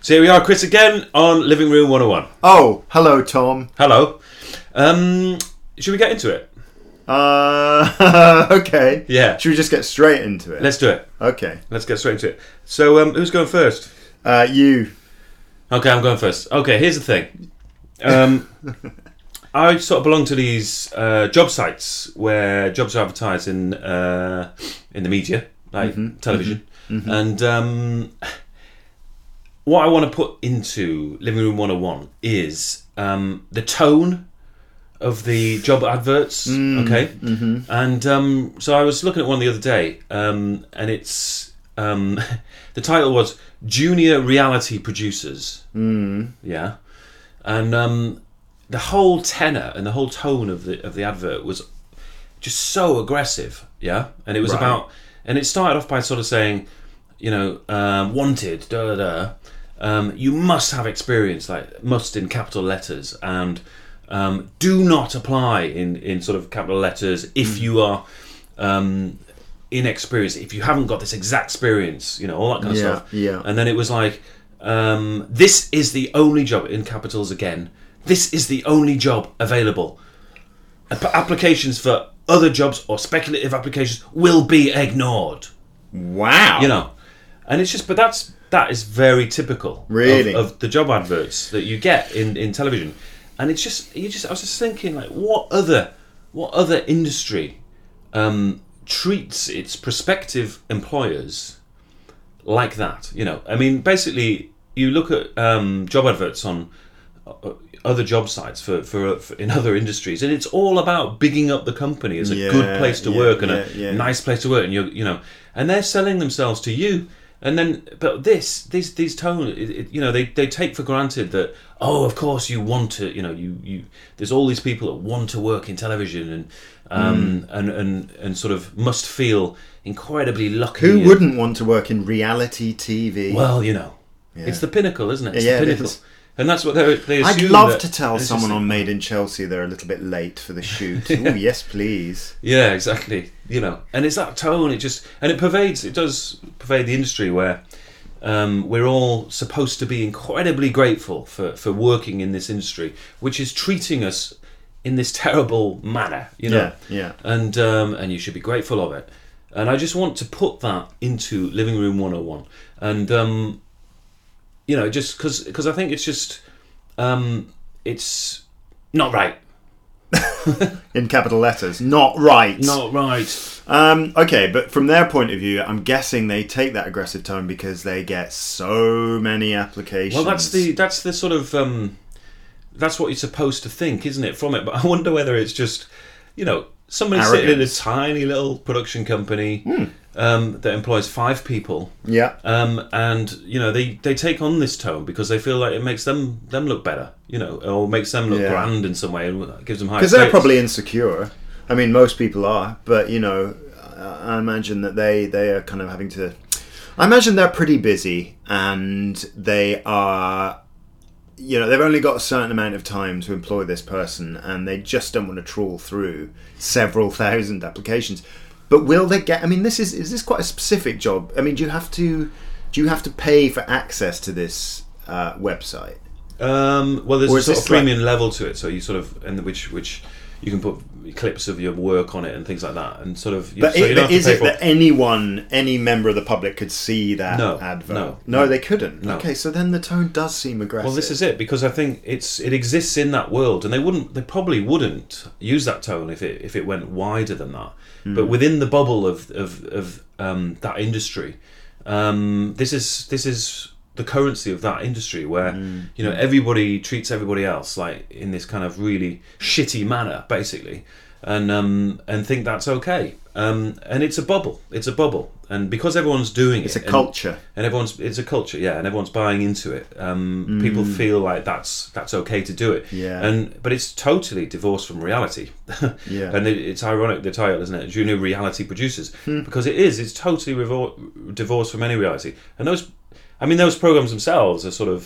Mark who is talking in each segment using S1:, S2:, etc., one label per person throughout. S1: So here we are, Chris, again on Living Room 101.
S2: Oh, hello, Tom.
S1: Hello. Um, should we get into it?
S2: Uh, okay.
S1: Yeah.
S2: Should we just get straight into it?
S1: Let's do it.
S2: okay.
S1: Let's get straight into it. So, um, who's going first?
S2: Uh, you.
S1: Okay, I'm going first. Okay, here's the thing. Um, I sort of belong to these uh, job sites where jobs are advertised in uh, in the media, like television, and um, what I want to put into Living Room 101 is um, the tone of the job adverts. okay, and um, so I was looking at one the other day, um, and it's um, the title was Junior Reality Producers. Mm. Yeah, and um, the whole tenor and the whole tone of the of the advert was just so aggressive. Yeah, and it was
S2: Right.
S1: about, and it started off by sort of saying, you know, um, wanted, da da da. Um, you must have experience, like must in capital letters, and um, do not apply in, in sort of capital letters if you are um, inexperienced, if you haven't got this exact experience, you know, all that kind of
S2: Yeah,
S1: stuff.
S2: yeah.
S1: And then it was like, um, this is the only job in capitals again. This is the only job available. App- applications for other jobs or speculative applications will be ignored
S2: Wow.
S1: you know and it's just but that's that is very typical of-
S2: Really?
S1: of, the job adverts that you get in in television and it's just you just i was just thinking like what other what other industry um treats its prospective employers like that you know i mean basically you look at um job adverts on uh, other job sites for, for, for in other industries and it's all about bigging up the company as a
S2: Yeah,
S1: good place to
S2: yeah,
S1: work and a
S2: yeah, yeah.
S1: nice place to work and you you know and they're selling themselves to you and then but this these these tone it, it, you know they, they take for granted that oh of course you want to you know you you there's all these people that want to work in television and um
S2: Hmm.
S1: and, and and sort of must feel incredibly lucky
S2: Who
S1: and-
S2: wouldn't want to work in reality TV?
S1: well you know it's the pinnacle isn't it it's
S2: Yeah,
S1: the
S2: it
S1: pinnacle
S2: is.
S1: and that's what they they
S2: I'd
S1: assume
S2: love
S1: that-
S2: to tell
S1: and it's just
S2: someone
S1: like-
S2: on Made in Chelsea they're a little bit late for the shoot. Oh, yes, please.
S1: Yeah, exactly. You know, and it's that tone. It just and it pervades. It does pervade the industry where um, we're all supposed to be incredibly grateful for for working in this industry, which is treating us in this terrible manner. You know,
S2: Yeah, yeah.
S1: and um, and you should be grateful of it. And I just want to put that into Living Room 101, and um, you know, just because I think it's just um, it's not right.
S2: In capital letters. Not right.
S1: Not right.
S2: Um, okay, but from their point of view, I'm guessing they take that aggressive tone because they get so many applications.
S1: Well, that's the that's the sort of um, that's what you're supposed to think, isn't it? From it, but I wonder whether it's just you know somebody sitting in a
S2: Arrogance. Hmm.
S1: tiny little production company um, that employs five people,
S2: Yeah.
S1: um, and you know they they take on this tone because they feel like it makes them them look better, you know, or makes them look
S2: Yeah.
S1: grand in some way and gives them high.
S2: because they're
S1: status.
S2: probably insecure. I mean, most people are, but you know, I I imagine that they they are kind of having to. I imagine they're pretty busy, and they are. You know, they've only got a certain amount of time to employ this person, and they just don't want to trawl through several thousand applications. But will they get? I mean, this is is this quite a specific job? I mean, do you have to do you have to pay for access to this uh, website?
S1: Um, well, there's
S2: Or
S1: a
S2: is
S1: sort of
S2: this like-
S1: premium level to it, so you sort of and which which you can put clips of your work on it and things like that, and sort of. You,
S2: But
S1: so you
S2: it,
S1: don't have to
S2: is
S1: pay
S2: it
S1: for-
S2: that anyone, any member of the public could see that
S1: No,
S2: advert?
S1: no,
S2: no,
S1: no.
S2: they couldn't.
S1: No.
S2: Okay, so then the tone does seem aggressive.
S1: Well, this is it because I think it's it exists in that world, and they wouldn't, they probably wouldn't use that tone if it if it went wider than that.
S2: Hmm.
S1: But within the bubble of of, of um, that industry, um, this is this is the currency of that industry where
S2: Hmm.
S1: you know everybody treats everybody else like in this kind of really shitty manner, basically, and um, and think that's okay. Um, and it's a bubble. It's a bubble, and because everyone's doing
S2: It's
S1: it,
S2: a
S1: and-
S2: culture.
S1: and everyone's it's a culture yeah and everyone's buying into it um, people feel like that's that's okay to do it
S2: Mm. Yeah.
S1: and but it's totally divorced from reality
S2: Yeah.
S1: and it, it's ironic the title isn't it junior reality producers
S2: Hmm.
S1: because it is it's totally revor- divorced from any reality and those i mean those programs themselves are sort of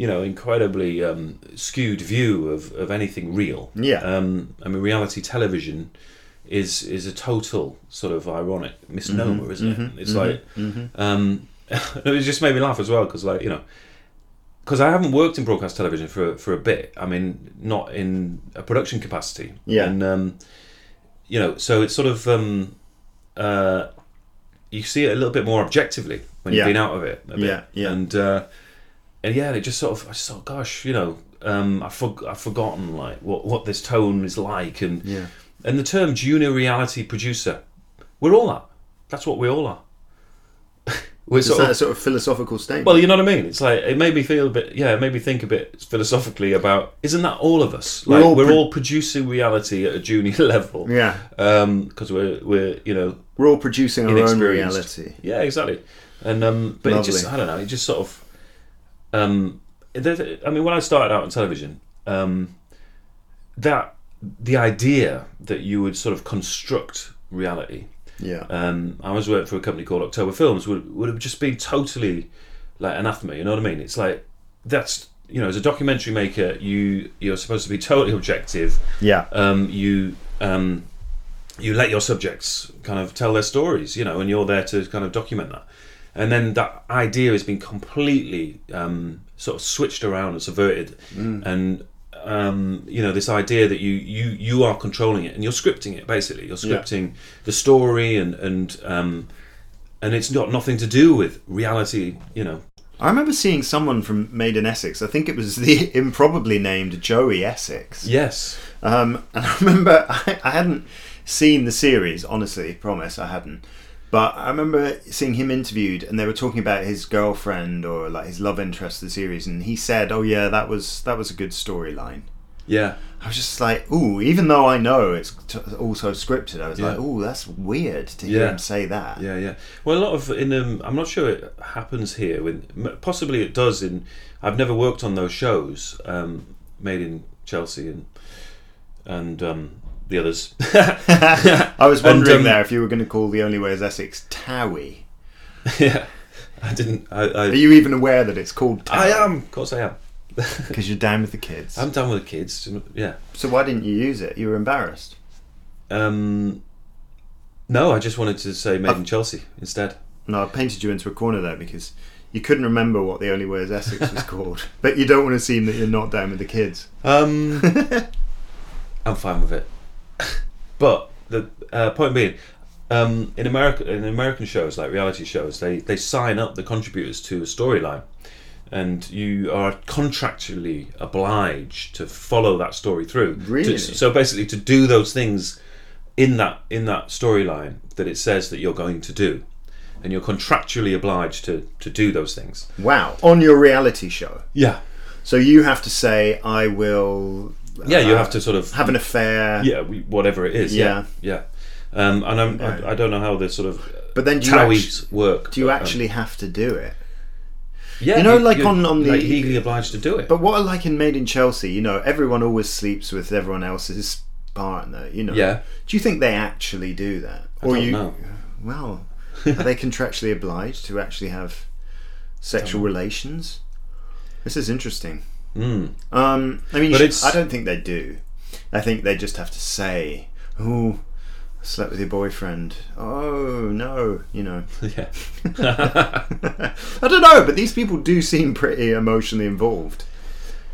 S1: you know incredibly um, skewed view of, of anything real
S2: Yeah.
S1: um, i mean reality television is is a total sort of ironic
S2: Mm-hmm.
S1: misnomer isn't it it's like um, it just made me laugh as well because, like, you know, because I haven't worked in broadcast television for for a bit. I mean, not in a production capacity.
S2: Yeah.
S1: and um, you know, so it's sort of um, uh, you see it a little bit more objectively when you've
S2: Yeah.
S1: been out of it. A bit.
S2: Yeah, yeah.
S1: and uh, and yeah, and it just sort of I just thought, gosh, you know, um, I for, I've forgotten like what what this tone is like, and
S2: Yeah.
S1: and the term junior reality producer, we're all that. That's what we all are. we're
S2: Is
S1: sort
S2: that
S1: of
S2: a sort of philosophical statement?
S1: well, you know what I mean. It's like it made me feel a bit. Yeah, it made me think a bit philosophically about. Isn't that all of us?
S2: We're
S1: Like we're
S2: all
S1: all,
S2: pro-
S1: producing reality at a junior level.
S2: yeah,
S1: Because Um, we're we're you know
S2: we're all producing our own
S1: Inexperienced.
S2: reality.
S1: yeah exactly. And um, but it just
S2: Lovely.
S1: I don't know. It just sort of. Um, there's- I mean, when I started out on television, um, that the idea that you would sort of construct reality
S2: Yeah,
S1: um, I was working for a company called October Films, would would have just been totally like anathema. You know what I mean? It's like that's you know, as a documentary maker, you you're supposed to be totally objective.
S2: yeah,
S1: Um, you um, you let your subjects kind of tell their stories, you know, and you're there to kind of document that. And then that idea has been completely um, sort of switched around and subverted, and um, you know this idea that you you you are controlling it and you're scripting it basically. You're scripting the story and and um, and it's got nothing to do with reality, you know.
S2: I remember seeing someone from Made in Essex. I think it was the improbably named Joey Essex.
S1: Yes,
S2: Um, and I remember I, I hadn't seen the series, honestly, promise I hadn't. But I remember seeing him interviewed, and they were talking about his girlfriend or like his love interest of the series, and he said, "Oh yeah, that was that was a good storyline."
S1: yeah,
S2: I was just like, "Ooh," even though I know it's t- also scripted, I was
S1: Yeah.
S2: like, "Ooh, that's weird to hear
S1: Yeah.
S2: him say that."
S1: Yeah, yeah. Well, a lot of in um, I'm not sure it happens here. With m- possibly it does. In I've never worked on those shows um, made in Chelsea and and um, the others.
S2: I was
S1: And,
S2: wondering
S1: um,
S2: there if you were going to call the only way is Essex Towie.
S1: yeah, I didn't. I,
S2: Are
S1: I,
S2: you even aware that it's called
S1: I
S2: Towie?
S1: am. Of course, I am.
S2: Because you're down with the kids.
S1: I'm done with the kids. Yeah.
S2: so why didn't you use it? You were embarrassed.
S1: Um, no, I just wanted to say made in Chelsea instead.
S2: No, I painted you into a corner there because you couldn't remember what the only way is Essex was called. But you don't want to seem that you're not down with the kids.
S1: Um, I'm fine with it. But the uh, point being, um, in America, in American shows like reality shows, they they sign up the contributors to a storyline, and you are contractually obliged to follow that story through. To-
S2: Really?
S1: so basically, to do those things in that in that storyline that it says that you're going to do, and you're contractually obliged to to do those things.
S2: Wow. On your reality show.
S1: Yeah.
S2: So you have to say, I will uh,
S1: Yeah, you have to sort of
S2: have an affair.
S1: yeah, we, whatever it is. Yeah, yeah. Um, and I'm, I, I don't know how the sort of
S2: But then do you, actu-
S1: TOWIEs work.
S2: do you actually have to do it?
S1: yeah,
S2: you know, like on- on the-
S1: like legally obliged to do it.
S2: But what I like in Made in Chelsea, you know, everyone always sleeps with everyone else's partner, you know.
S1: Yeah.
S2: Do you think they actually do that? or
S1: don't
S2: you
S1: know.
S2: Well, are they contractually obliged to actually have sexual relations? This is interesting. Mm. Um, I
S1: Hmm.
S2: mean,
S1: But
S2: sh-
S1: it's-
S2: I don't think they do. I think they just have to say, "Oh, I slept with your boyfriend." Oh no, you know.
S1: yeah,
S2: I don't know, but these people do seem pretty emotionally involved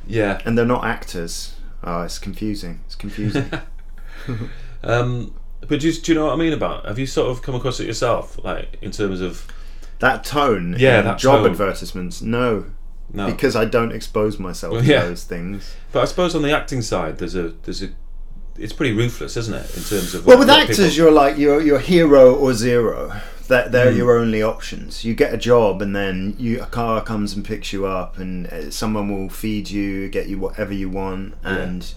S1: yeah.
S2: and they're not actors. Oh, it's confusing. It's confusing.
S1: Um, but do you, do you know what I mean about? Have you sort of come across it yourself, like in terms of
S2: that tone.
S1: Yeah,
S2: in
S1: that
S2: job
S1: tone.
S2: advertisements. No,
S1: no?
S2: because I don't expose myself to
S1: Yeah.
S2: those things.
S1: but I suppose on the acting side, there's a there's a it's pretty ruthless, isn't it? In terms of
S2: Well,
S1: like,
S2: with
S1: what
S2: actors,
S1: people-
S2: you're like you're you're hero or zero. That they're
S1: Hmm.
S2: your only options. You get a job, and then you a car comes and picks you up, and uh, someone will feed you, get you whatever you want, and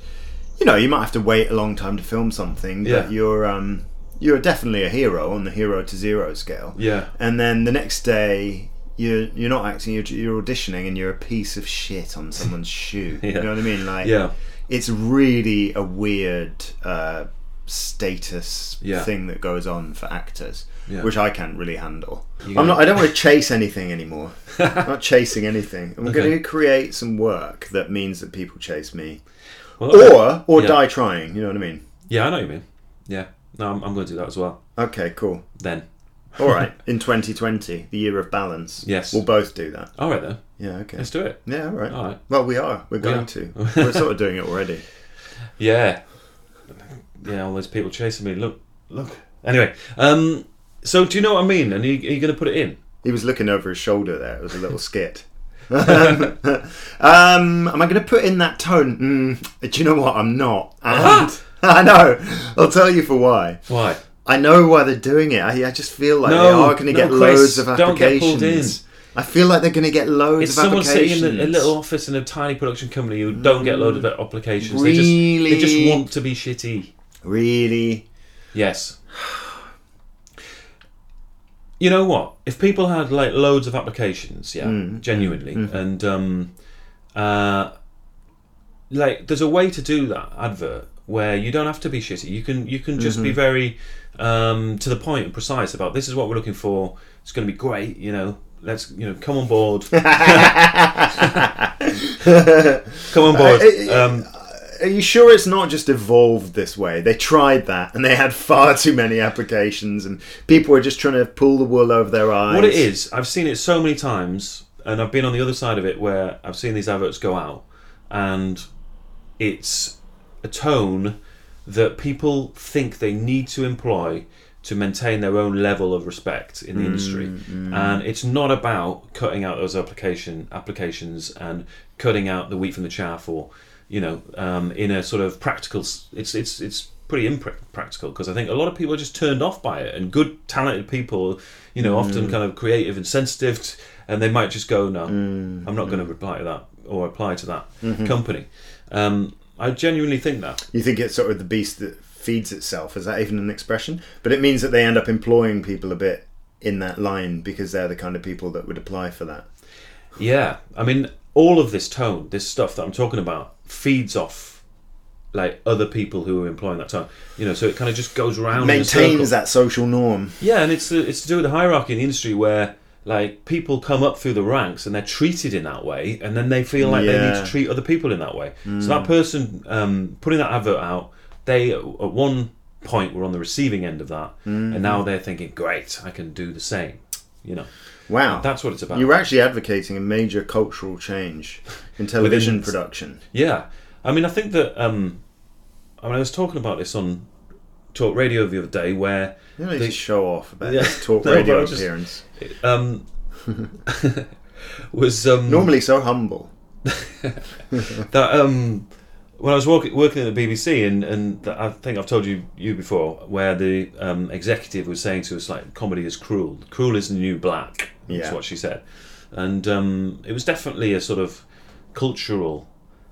S2: you know you might have to wait a long time to film something,
S1: Yeah.
S2: but you're um you're definitely a hero on the hero to zero scale.
S1: yeah,
S2: and then the next day you're you're not acting you're, you're auditioning and you're a piece of shit on someone's shoe you
S1: Yeah.
S2: know what i mean like
S1: yeah,
S2: it's really a weird uh, status
S1: Yeah.
S2: thing that goes on for actors
S1: Yeah.
S2: which i can't really handle
S1: You
S2: i'm
S1: gotta-
S2: not i don't want to chase anything anymore i'm not chasing anything i'm going to create some work that means that people chase me
S1: Well,
S2: or or
S1: Yeah.
S2: die trying you know what i mean
S1: yeah. I know what you mean. Yeah, no, I'm, I'm going to do that as well.
S2: okay cool
S1: Then
S2: All right. In 2020, the year of balance.
S1: Yes.
S2: We'll both do that.
S1: All right then,
S2: Yeah. Okay.
S1: let's do it.
S2: Yeah. All right.
S1: All right.
S2: Well, we are. We're going
S1: are.
S2: to. We're sort of doing it already.
S1: Yeah, yeah. All those people chasing me. Look, look. Anyway, um, so do you know what I mean? And are you, are you going to put it in?
S2: He was looking over his shoulder there. It was a little skit. um, am I going to put in that tone? Mm, do you know what? I'm not. And I know. I'll tell you for why.
S1: Why?
S2: I know why they're doing it. I, I just feel like
S1: No,
S2: they are going to
S1: no,
S2: get
S1: Chris,
S2: loads of
S1: don't get
S2: applications.
S1: pulled
S2: I feel like they're going to get loads
S1: It's
S2: of
S1: someone
S2: applications.
S1: sitting in a, a little office in a tiny production company who don't get loaded of applications. They just they
S2: Really?
S1: just want to be shitty.
S2: Really?
S1: Yes. You know what? If people had like loads of applications, yeah,
S2: Hmm.
S1: genuinely, and um, uh, like there's a way to do that advert where you don't have to be shitty. You can you can just be
S2: Mm-hmm.
S1: very um, to the point and precise about this is what we're looking for. It's going to be great, you know. Let's you know come on board. come on board.
S2: I- I-
S1: Um,
S2: Are you sure it's not just evolved this way? They tried that and they had far too many applications, and people were just trying to pull the wool over their eyes.
S1: What it is, I've seen it so many times, and I've been on the other side of it where I've seen these adverts go out, and it's a tone that people think they need to employ to maintain their own level of respect in the industry, and it's not about cutting out those application applications and cutting out the wheat from the chaff, or you know, um, in a sort of practical. s- It's it's it's pretty impractical because I think a lot of people are just turned off by it, and good talented people, you know, often kind of creative and sensitive, t- and they might just go, no, I'm not going to reply to that or apply to that company. Um, I genuinely think that.
S2: You think it's sort of the beast that feeds itself. Is that even an expression? But it means that they end up employing people a bit in that line because they're the kind of people that would apply for that.
S1: Yeah, I mean, all of this tone, this stuff that I'm talking about, feeds off like other people who are employing that tone. You know, so it kind of just goes round. in a circle.
S2: Maintains that social norm.
S1: Yeah, and it's it's to do with the hierarchy in the industry where like people come up through the ranks and they're treated in that way, and then they feel like they need
S2: Yeah. Mm.
S1: to treat other people in that way. So that person um, putting that advert out, they at one point were on the receiving end of that,
S2: Mm.
S1: and now they're thinking, "Great, I can do the same." You know,
S2: Wow.
S1: that's what it's about.
S2: You're actually advocating a major cultural change in television production.
S1: Yeah, I mean, I think that. Um, I mean, I was talking about this on talk radio the other day, where
S2: You know, they show off about
S1: Yeah.
S2: this talk
S1: No, but
S2: radio
S1: I just-
S2: appearance.
S1: um, was um,
S2: Normally so humble.
S1: that um when I was walk- working at the BBC and and that I think I've told you you before where the um, executive was saying to us like comedy is cruel cruel is the new black is
S2: Yeah.
S1: what she said and um, it was definitely a sort of cultural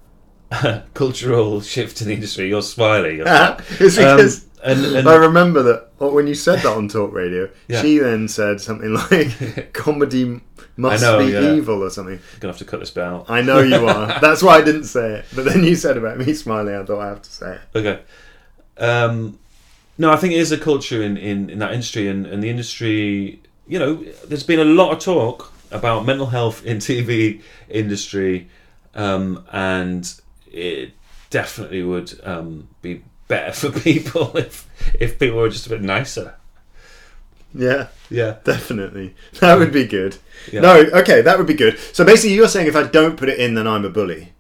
S1: cultural shift in the industry you're smiley you're
S2: it's
S1: Um,
S2: because
S1: and, and
S2: I remember that well, when you said that on talk radio,
S1: Yeah.
S2: she then said something like, "Comedy must
S1: I know,
S2: be
S1: yeah.
S2: evil" or something.
S1: gonna have to cut this bit out
S2: I know you are. That's why I didn't say it. But then you said about me smiling. I thought I have to say it.
S1: Okay. Um, no, I think it is a culture in, in, in that industry, and, and the industry, you know, there's been a lot of talk about mental health in TV industry, um, and it definitely would um, be better for people if if people were just a bit nicer.
S2: Yeah,
S1: Yeah.
S2: definitely. That would be good.
S1: Yeah.
S2: No, okay, that would be good. So basically, you're saying if I don't put it in, then I'm a bully.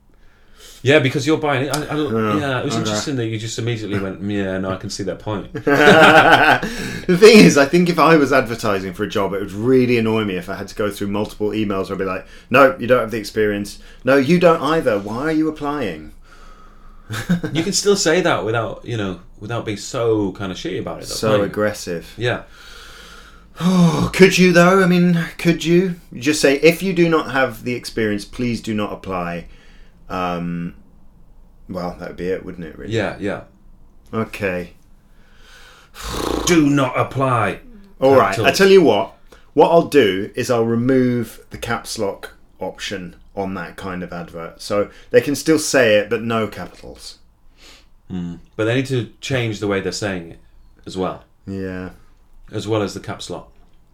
S1: Yeah, because you're buying it. I, I, don't-
S2: Yeah,
S1: yeah, it was
S2: okay.
S1: interesting that you just immediately went, yeah, no, I can see that point.
S2: the thing is, I think if I was advertising for a job, it would really annoy me if I had to go through multiple emails where I'd be like, "No, you don't have the experience. No, you don't either. Why are you applying?"
S1: you can still say that without, you know, without being so kind of shitty about it. though,
S2: So
S1: can't you?
S2: aggressive.
S1: Yeah.
S2: Oh, could you though? I mean, could you You just say if you do not have the experience, please do not apply? Um, well, that would be it, wouldn't it? Really?
S1: Yeah, yeah.
S2: Okay.
S1: Do not apply.
S2: All right.
S1: Capital.
S2: I tell you what. What I'll do is I'll remove the caps lock option on that kind of advert, so they can still say it, but no capitals.
S1: But they need to change the way they're saying it as well,
S2: Yeah.
S1: as well as the caps lock.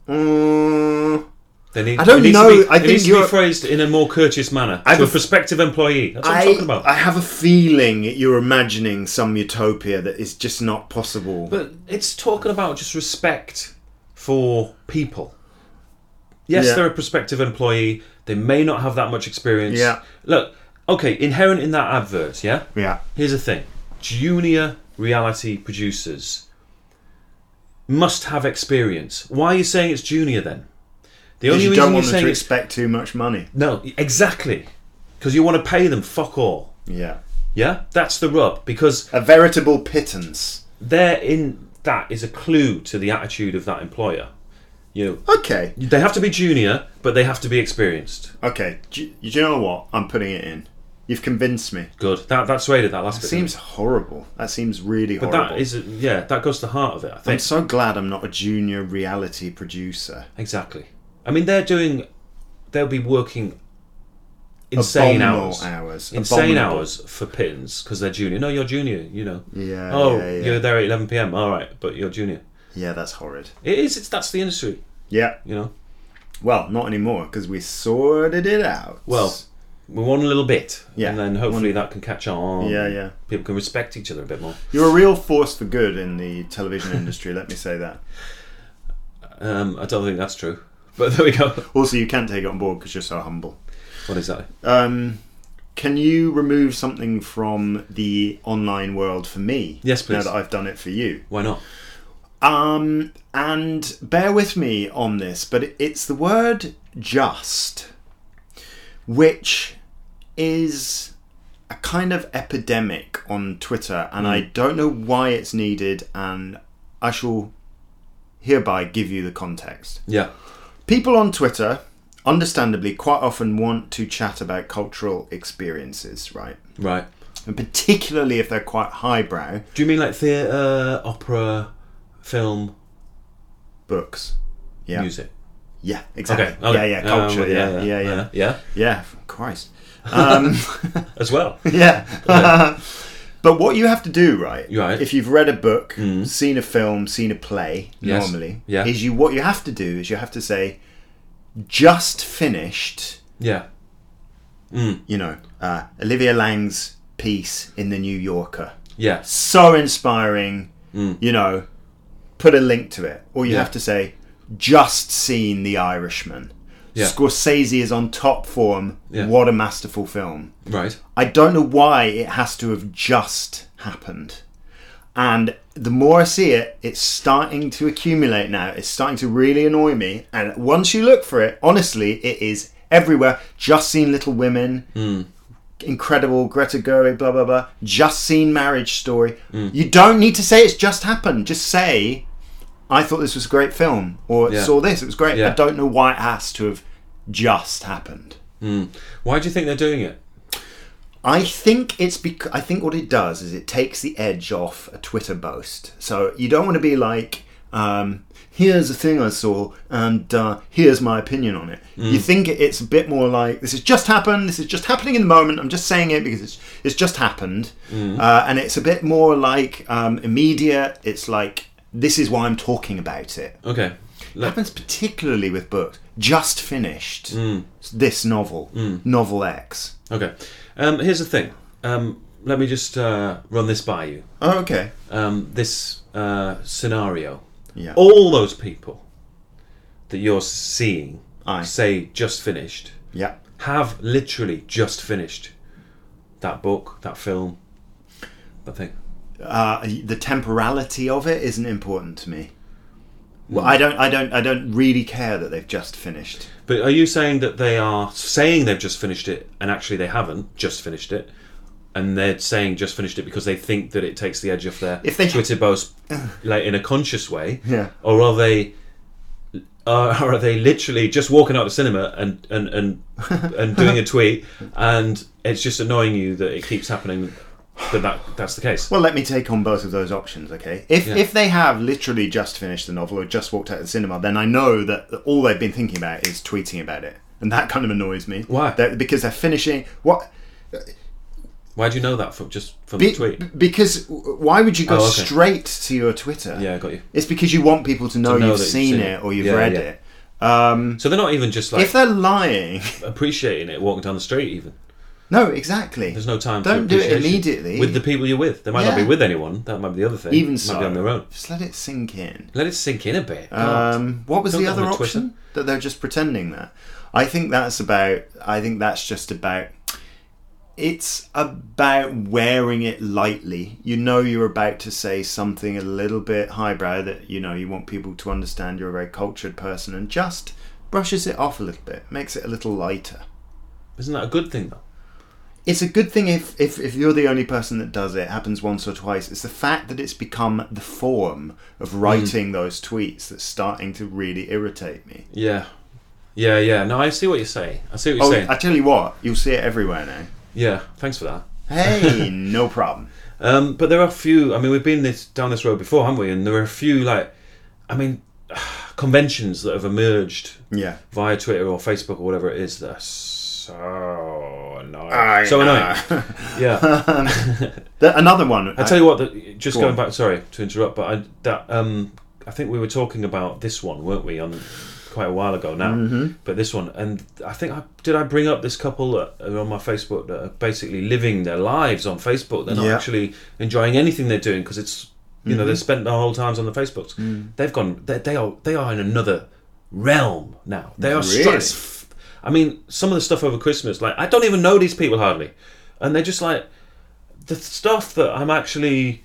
S2: Mm,
S1: They need,
S2: I don't
S1: it needs
S2: know,
S1: To be,
S2: I
S1: it needs
S2: think
S1: to be
S2: you're-
S1: phrased in a more courteous manner
S2: I
S1: to a
S2: bef-
S1: prospective employee. That's what I, am talking
S2: I,
S1: about.
S2: I have a feeling you're imagining some utopia that is just not possible.
S1: but it's talking about just respect for people. Yes,
S2: Yeah.
S1: they're a prospective employee. They may not have that much experience.
S2: Yeah.
S1: Look, okay, inherent in that advert, yeah?
S2: Yeah.
S1: Here's the thing junior reality producers must have experience. Why are you saying it's junior then? The
S2: Because
S1: only
S2: you
S1: reason
S2: don't
S1: you're
S2: want them
S1: saying
S2: to
S1: it's.
S2: expect too much money.
S1: No, exactly. Because you want to pay them fuck all.
S2: Yeah.
S1: Yeah? That's the rub. Because
S2: A veritable pittance.
S1: therein that is a clue to the attitude of that employer. You
S2: Okay.
S1: know, they have to be junior, but they have to be experienced.
S2: Okay. Do you, do you know what? I'm putting it in. You've convinced me.
S1: Good. That that swayed that last
S2: That
S1: bit.
S2: seems horrible. That seems really
S1: but
S2: horrible.
S1: that is yeah, that goes to the heart of it. I
S2: I'm
S1: think
S2: so glad I'm not a junior reality producer.
S1: exactly. I mean, they're doing, they'll be working insane
S2: Abominable
S1: hours.
S2: hours.
S1: Insane
S2: Abominable.
S1: hours for pittance because they're junior. No, you're junior. You know.
S2: Yeah.
S1: oh,
S2: yeah, yeah.
S1: you're there at 11 p.m. All right, but you're junior.
S2: yeah, that's horrid.
S1: It is. It's that's the industry.
S2: Yeah.
S1: You know.
S2: Well, not anymore because we sorted it out.
S1: Well, we won a little bit,
S2: Yeah.
S1: and then hopefully that can catch on.
S2: Yeah, yeah.
S1: People can respect each other a bit more.
S2: you're a real force for good in the television industry. let me say that.
S1: Um, I don't think that's true, but there we go.
S2: Also, you can't take it on board because you're so humble.
S1: What is that?
S2: Um, can you remove something from the online world for me?
S1: Yes,
S2: Now
S1: please.
S2: that I've done it for you.
S1: Why not?
S2: Um, and bear with me on this, but it's the word just, which is a kind of epidemic on Twitter, and I
S1: Hmm.
S2: don't know why it's needed, and I shall hereby give you the context.
S1: Yeah,
S2: People on Twitter, understandably, quite often want to chat about cultural experiences, right?
S1: right.
S2: And particularly if they're quite highbrow,
S1: Do you mean like theatre, opera, film,
S2: books. Yeah.
S1: music?
S2: Yeah, exactly.
S1: Okay.
S2: Yeah, yeah,
S1: Um,
S2: culture. yeah, yeah, yeah,
S1: yeah, uh,
S2: yeah,
S1: yeah.
S2: Christ. Um,
S1: As well.
S2: yeah. but what you have to do, right?
S1: You're right. Mm.
S2: If you've read a book, seen a film, seen a play,
S1: Yes.
S2: normally,
S1: Yeah.
S2: is you what you have to do is you have to say, just finished.
S1: Yeah.
S2: You know, uh, Olivia Lang's piece in the New Yorker.
S1: Yes.
S2: So inspiring. You know, put a link to it, or you
S1: Mm. Yeah.
S2: have to say, just seen The Irishman.
S1: Yeah.
S2: Scorsese is on top form.
S1: Yeah.
S2: What a masterful film.
S1: Right.
S2: I don't know why it has to have just happened. And the more I see it, it's starting to accumulate now. It's starting to really annoy me. And once you look for it, honestly, it is everywhere. Just seen Little Women,
S1: Hmm.
S2: incredible Greta Gerwig, blah blah blah. Just seen Marriage Story.
S1: Hmm.
S2: You don't need to say it's just happened. Just say, I thought this was a great film, or
S1: Yeah.
S2: saw this. It was great.
S1: Yeah.
S2: I don't know why it has to have just happened.
S1: Why do you think they're doing it?
S2: I think it's because I think what it does is it takes the edge off a Twitter boast. So you don't want to be like, um, "Here's a thing I saw, and uh, here's my opinion on it." You think it's a bit more like, "This has just happened. This is just happening in the moment. I'm just saying it because it's it's just happened," uh, and it's a bit more like um, immediate. It's like, "This is why I'm talking about it."
S1: Okay. Let-
S2: happens particularly with books. Just finished this novel, novel X.
S1: okay. Um, here's the thing. Um, let me just uh, run this by you.
S2: Oh, okay.
S1: um, this uh, scenario,
S2: Yeah.
S1: all those people that you're seeing
S2: Aye.
S1: say just finished
S2: Yeah.
S1: have literally just finished that book, that film, that thing.
S2: Uh, the temporality of it isn't important to me. Well,
S1: Hmm.
S2: I don't, I don't, I don't really care that they've just finished.
S1: But are you saying that they are saying they've just finished it and actually they haven't just finished it? And they're saying just finished it because they think that it takes the edge off their
S2: If they-
S1: Twitter boast, like in a conscious way,
S2: Yeah.
S1: Or are they, are, are they literally just walking out of the cinema and and and and doing a tweet, and it's just annoying you that it keeps happening, that, that that's the case.
S2: Well, let me take on both of those options, okay? If
S1: Yeah.
S2: if they have literally just finished the novel or just walked out of the cinema, then I know that all they've been thinking about is tweeting about it, and that kind of annoys me.
S1: Why?
S2: They're- because they're finishing what.
S1: Why do you know that from just from
S2: Be,
S1: the tweet?
S2: b- because w- why would you go
S1: Oh, okay.
S2: straight to your Twitter?
S1: Yeah, I got you.
S2: It's because you want people to know,
S1: know
S2: you've
S1: that you've
S2: seen,
S1: seen
S2: it
S1: it.
S2: or you've
S1: Yeah,
S2: read
S1: yeah.
S2: it. Um,
S1: So they're not even just like
S2: if they're lying,
S1: appreciating it walking down the street, even.
S2: No, exactly.
S1: There's no time. for
S2: Don't do it
S1: appreciation.
S2: immediately.
S1: with the people you're with. They might not
S2: Yeah.
S1: be with anyone. That might be the other thing.
S2: Even
S1: might
S2: so,
S1: be on their own.
S2: just let it sink in.
S1: Let it sink in a bit. God.
S2: Um, what was
S1: Don't
S2: the
S1: get on
S2: other
S1: the Twitter.
S2: option? That they're just pretending that. I think that's about. I think that's just about. It's about wearing it lightly. You know, you're about to say something a little bit highbrow that you know you want people to understand you're a very cultured person, and just brushes it off a little bit, makes it a little lighter.
S1: Isn't that a good thing though?
S2: It's a good thing if, if, if you're the only person that does it. It happens once or twice. It's the fact that it's become the form of
S1: Mm.
S2: writing those tweets that's starting to really irritate me.
S1: Yeah. Yeah, yeah. No, I see what you're saying. I see what you're
S2: Oh,
S1: saying.
S2: I tell you what, you'll see it everywhere now.
S1: yeah. Thanks for that.
S2: Hey, no problem.
S1: Um, but there are a few. I mean, we've been this down this road before, haven't we? And there are a few like, I mean, conventions that have emerged
S2: Yeah.
S1: via Twitter or Facebook or whatever it is. That are so annoying.
S2: I
S1: so
S2: know.
S1: annoying. yeah.
S2: The- another one.
S1: I tell you what. The, just
S2: Go
S1: going
S2: on.
S1: back. Sorry to interrupt, but I, that um, I think we were talking about this one, weren't we? On quite a while ago now.
S2: Mm-hmm.
S1: But this one, and I think I did. I bring up this couple that are on my Facebook that are basically living their lives on Facebook. They're not
S2: Yeah. Mm-hmm.
S1: actually enjoying anything they're doing because it's you know they spent their whole times on the Facebooks.
S2: Mm.
S1: They've gone. They, they are. They are in another realm now. They are
S2: Really?
S1: stressed. I mean, some of the stuff over Christmas, like I don't even know these people hardly, and they're just like the stuff that I'm actually.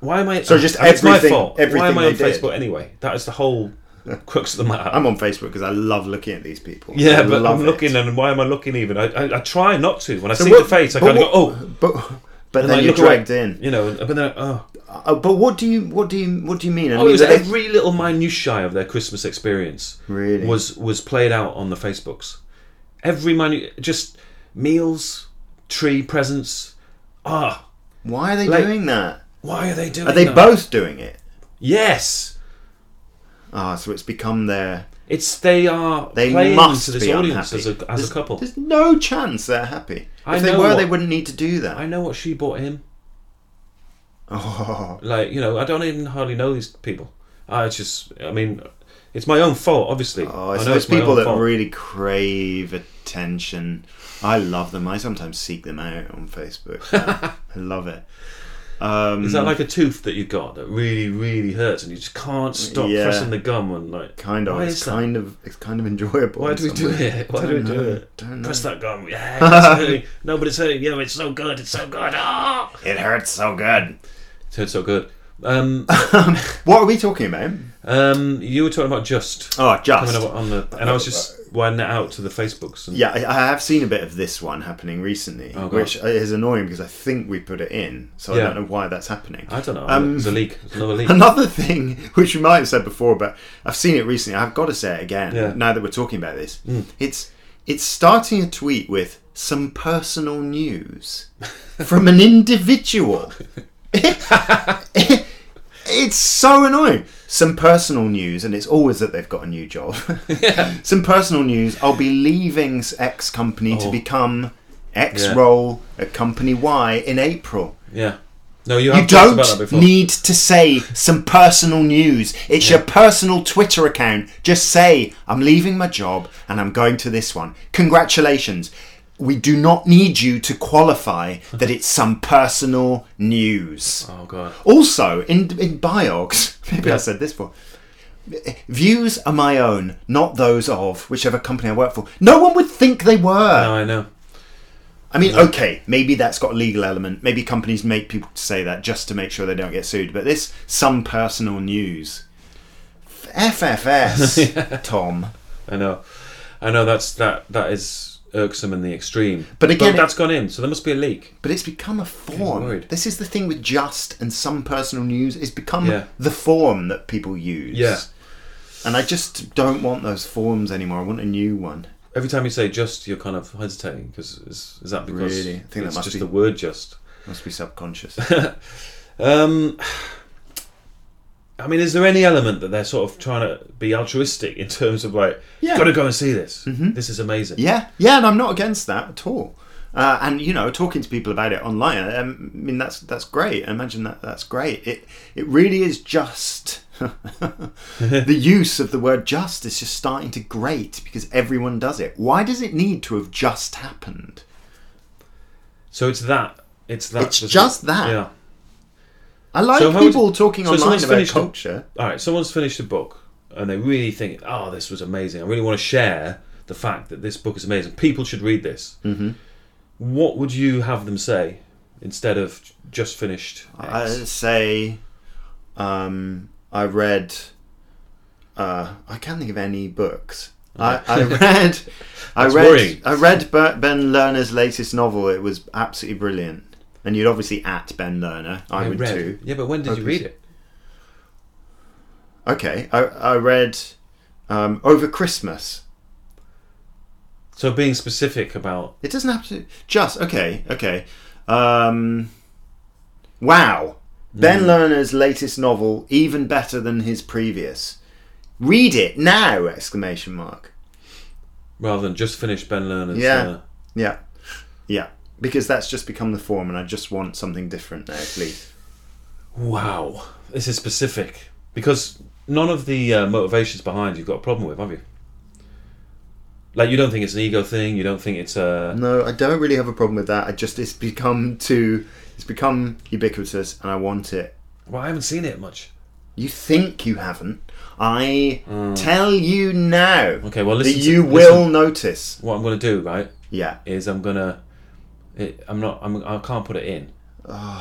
S1: Why am I?
S2: So just
S1: it's my
S2: everything-
S1: fault. Why
S2: everything
S1: am I on
S2: they did.
S1: Facebook anyway? That is the whole crux of the matter.
S2: I'm on Facebook because I love looking at these people.
S1: yeah,
S2: I
S1: but
S2: love
S1: I'm
S2: it.
S1: looking, and why am I looking even? I, I, I try not to. When I
S2: So
S1: see
S2: what-
S1: the face, I
S2: but
S1: kind of go,
S2: what-
S1: oh,
S2: But but
S1: I
S2: then you're
S1: look away.
S2: dragged in.
S1: you know. But then, oh,
S2: Uh, but what do you what do you what do you mean? I
S1: oh, it was
S2: that they-
S1: every little minutiae of their Christmas experience
S2: Really?
S1: was was played out on the Facebooks. Every minu- just meals, tree presents. Ah,
S2: why are they
S1: like-
S2: doing that?
S1: why are they doing?
S2: Are they
S1: that?
S2: both doing it?
S1: Yes,
S2: Ah, so it's become their.
S1: it's they are
S2: They
S1: playing
S2: must
S1: to this
S2: be
S1: audience as
S2: unhappy.
S1: a, as a couple.
S2: There's no chance they're happy.
S1: I
S2: if they
S1: know
S2: were,
S1: what-
S2: they wouldn't need to do that.
S1: I know what she bought him.
S2: Oh,
S1: Like you know, I don't even hardly know these people. I just, I mean, it's my own fault, obviously.
S2: oh,
S1: I
S2: it's
S1: know
S2: those
S1: my
S2: people
S1: own
S2: that
S1: fault.
S2: really crave attention. I love them. I sometimes seek them out on Facebook. I love it. Um,
S1: Is that like a tooth that you got that really, really hurts and you just can't stop
S2: Yeah.
S1: pressing the gum and like
S2: kind of?
S1: Why
S2: It's
S1: is that?
S2: kind of. It's kind of enjoyable.
S1: Why
S2: in
S1: do we
S2: some
S1: do
S2: way.
S1: it? Why do we
S2: Don't
S1: do
S2: know.
S1: it?
S2: Don't know.
S1: Press that gum. Yeah, it's hurting. No, but it's hurting. Yeah, it's so good. It's so good. Ah!
S2: It hurts so good.
S1: It hurts so good. Um,
S2: What are we talking about?
S1: um, you were talking about just
S2: Oh,
S1: coming
S2: just.
S1: up on the, and I was just winding it out to the Facebooks. And,
S2: Yeah, I, I have seen a bit of this one happening recently,
S1: God.
S2: which is annoying because I think we put it in, so I
S1: Oh, Yeah.
S2: don't know why that's happening.
S1: I don't know.
S2: Um,
S1: it's a leak. It's another leak.
S2: Another thing, which we might have said before, but I've seen it recently. I've got to say it again.
S1: Yeah. Hmm.
S2: Now that we're talking about this, it's it's starting a tweet with some personal news from an individual. it's so annoying. Some personal news, and it's always that they've got a new job. Some personal news. I'll be leaving X company to
S1: Oh.
S2: become X
S1: Yeah.
S2: role at company Y in April.
S1: Yeah. No, you
S2: You
S1: have talked about that
S2: don't
S1: before.
S2: need to say some personal news. It's your personal Twitter account. Just say, I'm leaving my job and I'm going to this one. Congratulations. We do not need you to qualify that it's some personal news.
S1: oh god.
S2: Also, in, in biogs, maybe I
S1: Yeah.
S2: said this before. Views are my own, not those of whichever company I work for. No one would think they were.
S1: No, I know.
S2: I mean, okay, maybe that's got a legal element. Maybe companies make people say that just to make sure they don't get sued. But this, some personal news. FFS, Tom.
S1: I know. I know. That's that. That is irksome in the extreme.
S2: But again, it-
S1: that's gone in. So there must be a leak.
S2: But it's become a form.
S1: worried.
S2: This is the thing with just and some personal news. It's become
S1: Yeah.
S2: the form that people use.
S1: Yeah.
S2: And I just don't want those forms anymore. I want a new one.
S1: Every time you say "just," you're kind of hesitating because is, is that because
S2: Really? I think that
S1: it's
S2: must
S1: just
S2: be-
S1: the word "just."
S2: Must be subconscious.
S1: Um, I mean, is there any element that they're sort of trying to be altruistic in terms of like,
S2: Yeah. Mm-hmm.
S1: got to go and see this. This is amazing.
S2: Yeah, yeah, and I'm not against that at all. Uh, and you know, talking to people about it online, um, I, I mean, that's that's great. I imagine that that's great. It it really is just the use of the word "just" is just starting to grate because everyone does it. Why does it need to have just happened?
S1: So it's that. It's that.
S2: It's just that.
S1: Yeah.
S2: I like
S1: So how
S2: people talking
S1: so
S2: online
S1: someone's
S2: about
S1: finished the-
S2: culture.
S1: All right. Someone's finished a book and they really think, "Oh, this was amazing. I really want to share the fact that this book is amazing. People should read this." Mm-hmm. What would you have them say instead of j- just finished?
S2: I
S1: X?
S2: say, um, I read. Uh, I can't think of any books. I, I read, I
S1: That's
S2: read,
S1: worrying.
S2: I read Ber- Ben Lerner's latest novel. It was absolutely brilliant, and you'd obviously at Ben Lerner. I, would
S1: read.
S2: too.
S1: Yeah, but when did you
S2: Opus.
S1: read it?
S2: Okay, I, I read um, over Christmas.
S1: So being specific about
S2: It doesn't have to just okay, okay. Um, wow,
S1: Mm.
S2: Ben Lerner's latest novel, even better than his previous. Read it now! Exclamation mark.
S1: rather than just finish Ben Lerner's.
S2: Yeah.
S1: uh,
S2: Yeah, yeah. Because that's just become the form, and I just want something different now, please.
S1: Wow, this is specific because none of the uh, motivations behind you've got a problem with, have you? Like you don't think it's an ego thing, you don't think it's a
S2: No, I don't really have a problem with that. I just it's become too. It's become ubiquitous, and I want it
S1: well, I haven't seen it much.
S2: You think you haven't. I tell you now
S1: Mm. Okay, well,
S2: that
S1: listen. to-
S2: you
S1: listen,
S2: will notice.
S1: What I'm going to do, right,
S2: Yeah.
S1: is I'm gonna. It, I'm not. I'm, I can't put it in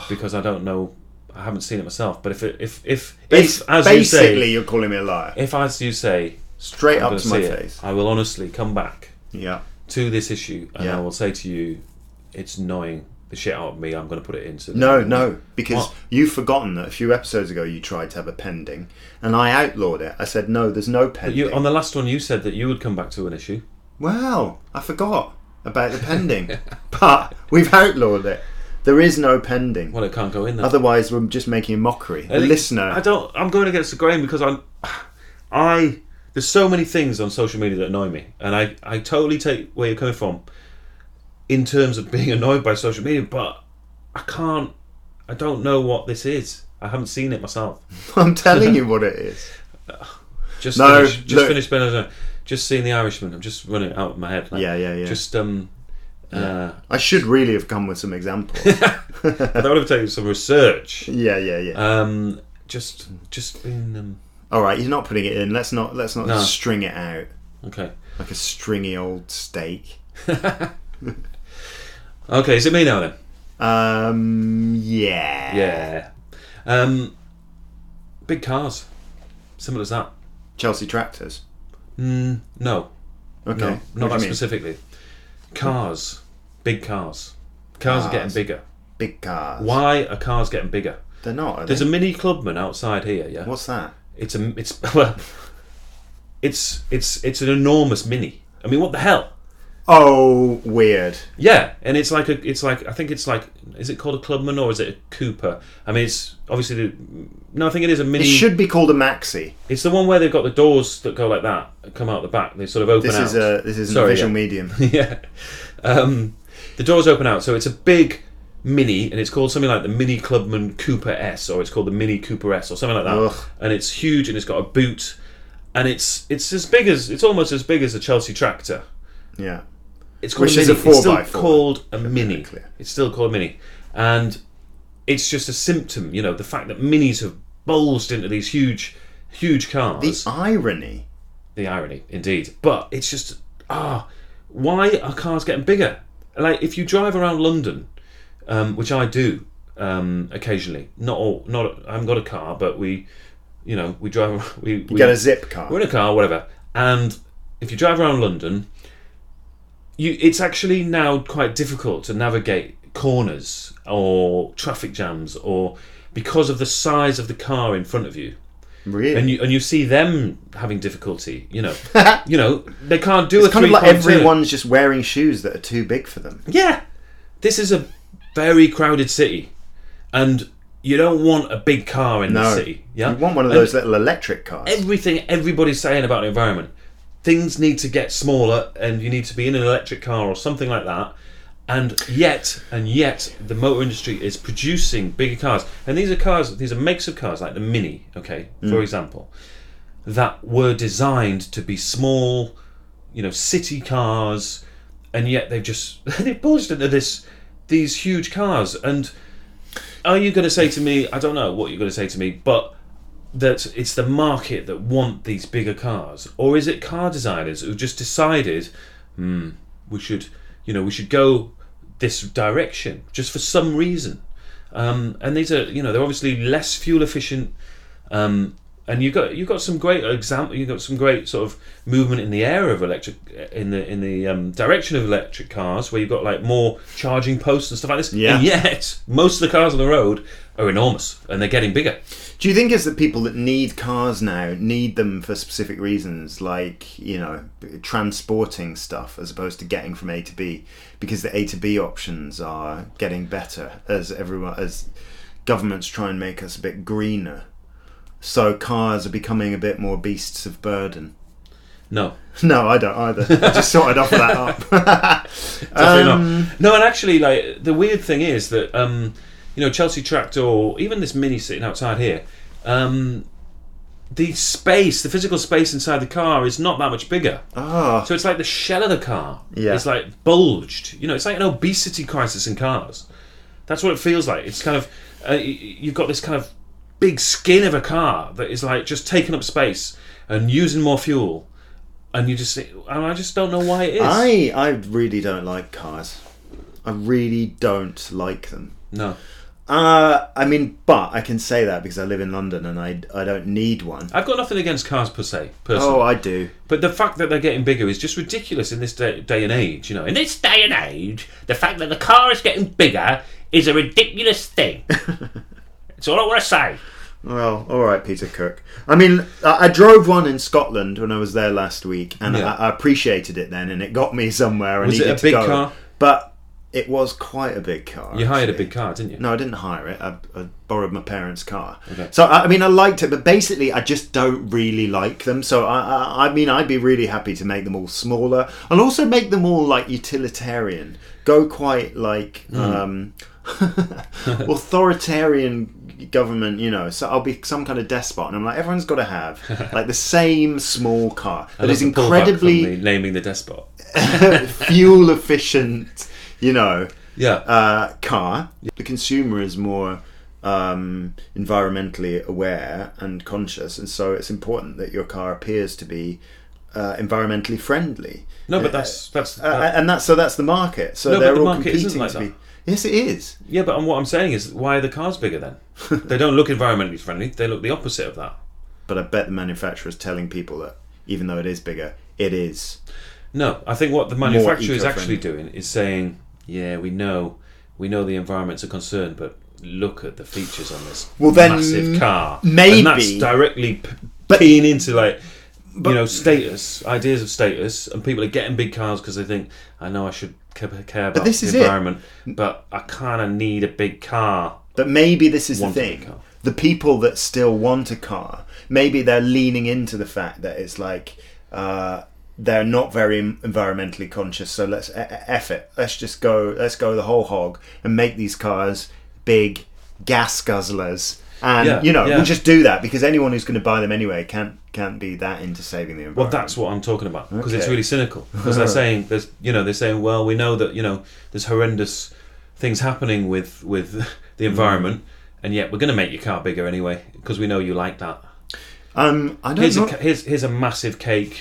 S1: because I don't know. I haven't seen it myself. But if it, if if
S2: Bas-
S1: if as you
S2: basically,
S1: say,
S2: you're calling me a liar.
S1: if as you say,
S2: Straight
S1: I'm
S2: up
S1: gonna
S2: to my
S1: see it,
S2: face.
S1: I will honestly come back
S2: Yeah.
S1: to this issue and
S2: Yeah.
S1: I will say to you, it's annoying the shit out of me. I'm going to put it in. So that-
S2: No, no, because
S1: What?
S2: you've forgotten that a few episodes ago you tried to have a pending, and I outlawed it. I said no, there's no pending.
S1: You, on the last one, you said that you would come back to an issue.
S2: Well, I forgot about the pending, but we've outlawed it. There is no pending.
S1: Well, it can't go in there.
S2: Otherwise, we're just making a mockery. The listener.
S1: I don't. I'm going against the grain because I'm. I there's so many things on social media that annoy me, and I I totally take where you're coming from, in terms of being annoyed by social media. But I can't. I don't know what this is. I haven't seen it myself.
S2: I'm telling you what it is.
S1: Just
S2: No,
S1: finish, just
S2: look.
S1: finished Ben. Affleck. Just seeing the Irishman. I'm just running it out of my head. now.
S2: Yeah, yeah, yeah.
S1: Just um. Uh,
S2: I should really have come with some examples.
S1: that would have taken some research.
S2: Yeah, yeah, yeah.
S1: Um, just, just being um,
S2: All right, you're not putting it in. Let's not let's not
S1: No.
S2: string it out
S1: Okay.
S2: like a stringy old steak.
S1: Okay, is it me now then?
S2: Um, yeah,
S1: Yeah. Um, big cars. Simple as that.
S2: Chelsea tractors.
S1: Mm, no.
S2: Okay,
S1: No,
S2: What do
S1: not
S2: you
S1: that
S2: mean?
S1: specifically. Cars. Big cars. Cars are getting
S2: Cars.
S1: bigger.
S2: Big cars.
S1: Why are cars getting bigger?
S2: They're not. Are
S1: There's
S2: they?
S1: a mini clubman outside here, yeah.
S2: What's that?
S1: It's a it's well it's it's it's an enormous mini. I mean what the hell?
S2: Oh, weird.
S1: Yeah, and it's like a, it's like I think it's like, is it called a clubman or is it a Cooper? I mean, it's obviously the, no, I think it is a mini.
S2: It should be called a maxi.
S1: It's the one where they've got the doors that go like that, and come out the back. They sort of open
S2: This
S1: out.
S2: is uh, a this is a
S1: Sorry,
S2: visual
S1: yeah.
S2: medium.
S1: yeah. Um, the doors open out, so it's a big mini, and it's called something like the Mini Clubman Cooper S, or it's called the Mini Cooper S, or something like that.
S2: Ugh.
S1: And it's huge, and it's got a boot, and it's it's as big as it's almost as big as a Chelsea tractor.
S2: Yeah.
S1: It's called
S2: Which
S1: a
S2: is
S1: mini.
S2: a
S1: it's still
S2: 4x4,
S1: called a mini.
S2: clear.
S1: It's still called a mini, and it's just a symptom, you know, the fact that minis have bulged into these huge, huge cars.
S2: The irony.
S1: the irony indeed but it's just ah why are cars getting bigger like if you drive around london um, which i do um, occasionally not all not i haven't got a car but we you know we drive around we, we
S2: Get a zip car.
S1: we're in a car whatever and if you drive around london you it's actually now quite difficult to navigate corners or traffic jams or because of the size of the car in front of you
S2: Really.
S1: and you and you see them having difficulty. You know, you know they can't do a
S2: it's kind of
S1: three
S2: like
S1: point turn.
S2: everyone's just wearing shoes that are too big for them.
S1: Yeah, this is a very crowded city, and you don't want a big car in the
S2: No.
S1: city. Yeah,
S2: You want one of
S1: And
S2: those little electric cars.
S1: everything everybody's saying about the environment. Things need to get smaller, and you need to be in an electric car or something like that. And yet, and yet, the motor industry is producing bigger cars, and these are cars. These are makes of cars like the Mini, okay, for example, that were designed to be small, you know, city cars, and yet they've just they've bulged into this these huge cars. And are you going to say to me, I don't know what you're going to say to me, but that it's the market that want these bigger cars, or is it car designers who just decided, hmm, we should, you know, we should go this direction just for some reason? Um, and these are, you know, they're obviously less fuel efficient. Um, and you got you got some great example. You got some great sort of movement in the air of electric in the in the um, direction of electric cars, where you've got like more charging posts and stuff like this.
S2: Yeah.
S1: And yet, most of the cars on the road are enormous, and they're getting bigger.
S2: Do you think it's that people that need cars now need them for specific reasons, like you know, transporting stuff as opposed to getting from A to B, because the A to B options are getting better as everyone as governments try and make us a bit greener. So cars are becoming a bit more beasts of burden.
S1: No,
S2: No, I don't either. I just thought I'd offer that up. Um,
S1: Definitely not. No, and actually, like the weird thing is that um, you know Chelsea Tract or even this mini sitting outside here, um, the space, the physical space inside the car is not that much bigger.
S2: Ah,
S1: So it's like the shell of the car.
S2: Yeah.
S1: It's like bulged. You know, it's like an obesity crisis in cars. That's what it feels like. It's kind of uh, y- y- you've got this kind of big skin of a car that is like just taking up space and using more fuel, and you just think- and I just don't know why it is.
S2: I I really don't like cars. I really don't like them.
S1: no.
S2: Uh, I mean, but I can say that because I live in London and I, I don't need one.
S1: I've got nothing against cars per se, personally.
S2: Oh, I do.
S1: But the fact that they're getting bigger is just ridiculous in this day, day and age, you know. In this day and age, the fact that the car is getting bigger is a ridiculous thing. it's all I want to say.
S2: Well, all right, Peter Cook. I mean, I, I drove one in Scotland when I was there last week, and
S1: Yeah.
S2: I, I appreciated it then, and it got me somewhere. I
S1: Was it
S2: needed
S1: a
S2: to
S1: big
S2: go.
S1: car?
S2: But it was quite a big car.
S1: You hired a
S2: actually.
S1: big car, didn't you?
S2: No, I didn't hire it. I, I borrowed my parents' car.
S1: Okay.
S2: So I I mean, I liked it, but basically, I just don't really like them. So I, I, I mean, I'd be really happy to make them all smaller and also make them all like utilitarian. Go quite like
S1: Hmm.
S2: um, authoritarian government, you know. So I'll be some kind of despot, and I'm like, everyone's got to have like the same small car that is
S1: Love the pullback
S2: incredibly
S1: from the naming the despot.
S2: fuel efficient, you know
S1: Yeah,
S2: uh, car, the consumer is more um, environmentally aware and conscious, and so it's important that your car appears to be uh, environmentally friendly.
S1: no,
S2: Uh,
S1: but that's that's.
S2: uh, and that's so that's the market. So
S1: No, but
S2: they're
S1: the
S2: all
S1: market
S2: competing
S1: isn't like
S2: to
S1: that.
S2: be. Yes, it is.
S1: yeah, but what I'm saying is, why are the cars bigger then? they don't look environmentally friendly. They look the opposite of that.
S2: But I bet the manufacturer's telling people that even though it is bigger, it is.
S1: No, I think what the manufacturer is
S2: eco-friendly.
S1: actually doing is saying, "Yeah, we know, we know the environment's a concern, but look at the features on this
S2: Well, then,
S1: massive car."
S2: maybe-
S1: and that's directly p-
S2: But-
S1: keying into like you know status, ideas of status, and people are getting big cars because they think, "I know I should ca- care about
S2: this
S1: the
S2: is it.
S1: environment, but I kind of need a big car."
S2: But maybe this is the
S1: Want a big
S2: thing.
S1: car.
S2: The people that still want a car, maybe they're leaning into the fact that it's like uh, they're not very en- environmentally conscious. So let's e- e- eff it. Let's just go. Let's go the whole hog and make these cars big gas guzzlers. And
S1: Yeah,
S2: you know,
S1: yeah.
S2: we'll just do that because anyone who's going to buy them anyway can't can't be that into saving the environment.
S1: Well, that's what I'm talking about because it's
S2: Okay.
S1: really cynical. Because they're saying there's, you know, they're saying, well, we know that you know there's horrendous things happening with with the
S2: Mm.
S1: environment, and yet we're going to make your car bigger anyway because we know you like that.
S2: um, I don't
S1: Here's
S2: know.
S1: a ca- here's here's a massive cake.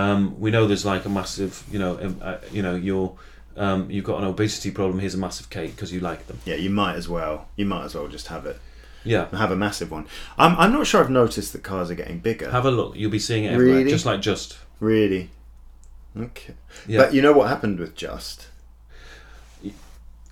S1: Um, we know there's like a massive, you know, um, uh, you know, you're um, you've got an obesity problem. Here's a massive cake because you like them.
S2: yeah, you might as well. You might as well just have it.
S1: Yeah,
S2: Have a massive one. I'm, I'm not sure. I've noticed that cars are getting bigger.
S1: have a look. You'll be seeing it everywhere,
S2: Really?
S1: just like just.
S2: Really? Okay.
S1: Yeah.
S2: But you know what happened with Just?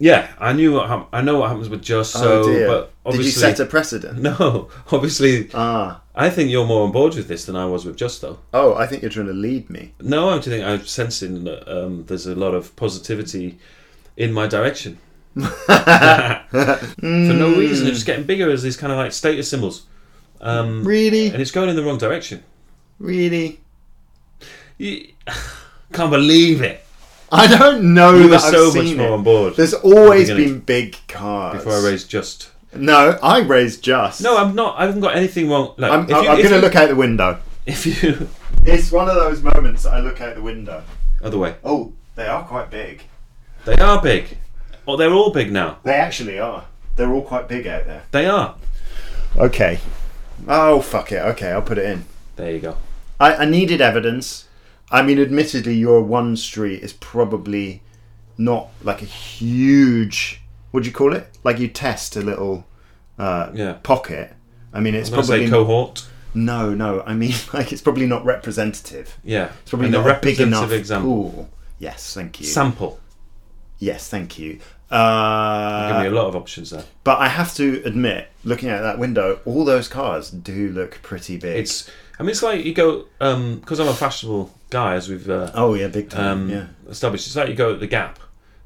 S1: Yeah, I knew what hap- I know what happens with just. So,
S2: oh dear.
S1: but
S2: Did
S1: obviously,
S2: you set a precedent?
S1: no, obviously
S2: Ah.
S1: I think you're more on board with this than I was with Just though.
S2: Oh, I think you're trying to lead me.
S1: No, I think I'm sensing that um, there's a lot of positivity in my direction. For no reason,
S2: Hmm.
S1: they're just getting bigger as these kind of like status symbols, um,
S2: Really?
S1: and it's going in the wrong direction.
S2: Really?
S1: You, can't believe it.
S2: I don't know
S1: You
S2: that
S1: were
S2: I've
S1: so much
S2: seen
S1: more
S2: it.
S1: on board
S2: There's always
S1: at the
S2: been
S1: beginning.
S2: big cars.
S1: before I raised Just.
S2: no, I raised Just.
S1: No, I'm not. I haven't got anything wrong. Like,
S2: I'm,
S1: if
S2: I'm,
S1: you,
S2: I'm
S1: if
S2: going to
S1: you-
S2: look out the window.
S1: If you
S2: It's one of those moments that I look out the window.
S1: other way,
S2: Oh, they are quite big.
S1: they are big. Oh, they're all big now.
S2: They actually are. They're all quite big out there.
S1: They are.
S2: Okay. Oh fuck it. Okay, I'll put it in.
S1: There you go.
S2: I, I needed evidence. I mean, admittedly, your one street is probably not like a huge. What do you call it? Like you test a little uh,
S1: Yeah.
S2: pocket. I mean, it's
S1: I'm going to
S2: probably
S1: say cohort.
S2: no, no. I mean, like it's probably not representative.
S1: Yeah.
S2: It's probably
S1: And
S2: not
S1: the
S2: a big enough
S1: representative example.
S2: pool. Yes, thank you.
S1: Sample.
S2: yes, thank you.
S1: Give me
S2: Uh,
S1: a lot of options there.
S2: but I have to admit, looking out that window, all those cars do look pretty big.
S1: It's. I mean, it's like you go because I'm a fashionable guy, as we've uh,
S2: oh yeah, big time.
S1: um,
S2: yeah.
S1: established. It's like you go at the Gap,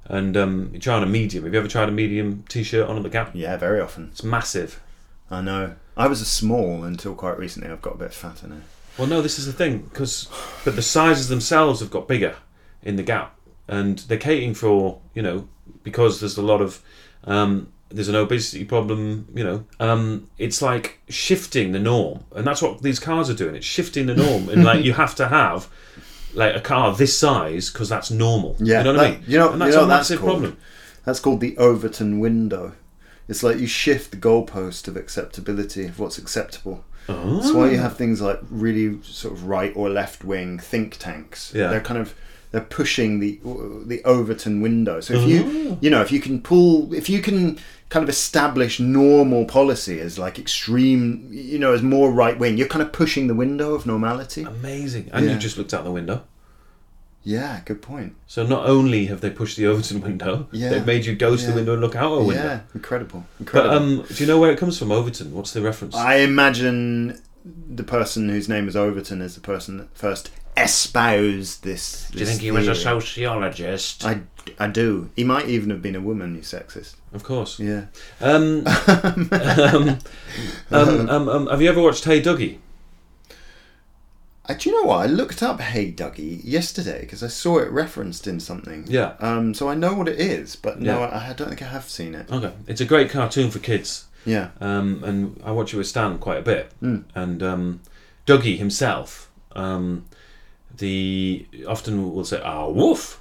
S1: and um, you try on a medium. Have you ever tried a medium T-shirt on at the Gap?
S2: Yeah, very often.
S1: It's massive.
S2: I know. I was a small until quite recently. I've got a bit fatter now.
S1: Well, no, this is the thing because, but the sizes themselves have got bigger in the Gap, and they're catering for you know because there's a lot of um, there's an obesity problem. You know, um, it's like shifting the norm, and that's what these cars are doing. It's shifting the norm, and like you have to have. Like a car this size because that's normal.
S2: Yeah,
S1: you know what I
S2: like,
S1: mean.
S2: you know-
S1: and that's
S2: you know
S1: a
S2: what that's
S1: massive
S2: called?
S1: problem.
S2: That's called the Overton window. It's like you shift the goalpost of acceptability of what's acceptable. That's why you
S1: Oh.
S2: have things like really sort of right or left wing think tanks.
S1: Yeah.
S2: They're kind of they're pushing the the Overton window. So if
S1: Oh.
S2: you you know if you can pull if you can kind of establish normal policy as like extreme you know as more right wing, you're kind of pushing the window of normality.
S1: Amazing, and
S2: Yeah.
S1: you just looked out the window.
S2: Yeah, good point.
S1: So not only have they pushed the Overton window,
S2: Yeah.
S1: they've made you go to
S2: Yeah.
S1: the window and look out a window.
S2: Yeah, incredible.
S1: Oh, But
S2: Incredible.
S1: um, do you know where it comes from? Overton. What's the reference?
S2: I imagine the person whose name was Overton is the person that first espoused this.
S1: do you think he was a sociologist?
S2: I, I do. He might even have been a woman, you sexist.
S1: of course.
S2: Yeah.
S1: Um, um, um, um, um, have you ever watched Hey Dougie?
S2: Uh, do you know what? I looked up Hey Dougie yesterday because I saw it referenced in something.
S1: Yeah.
S2: Um, so I know what it is, but no,
S1: Yeah.
S2: I, I don't think I have seen it.
S1: Okay, it's a great cartoon for kids,
S2: Yeah.
S1: um, and I watch it with Stan quite a bit.
S2: Hmm.
S1: And um, Dougie himself, um, the often will say ah woof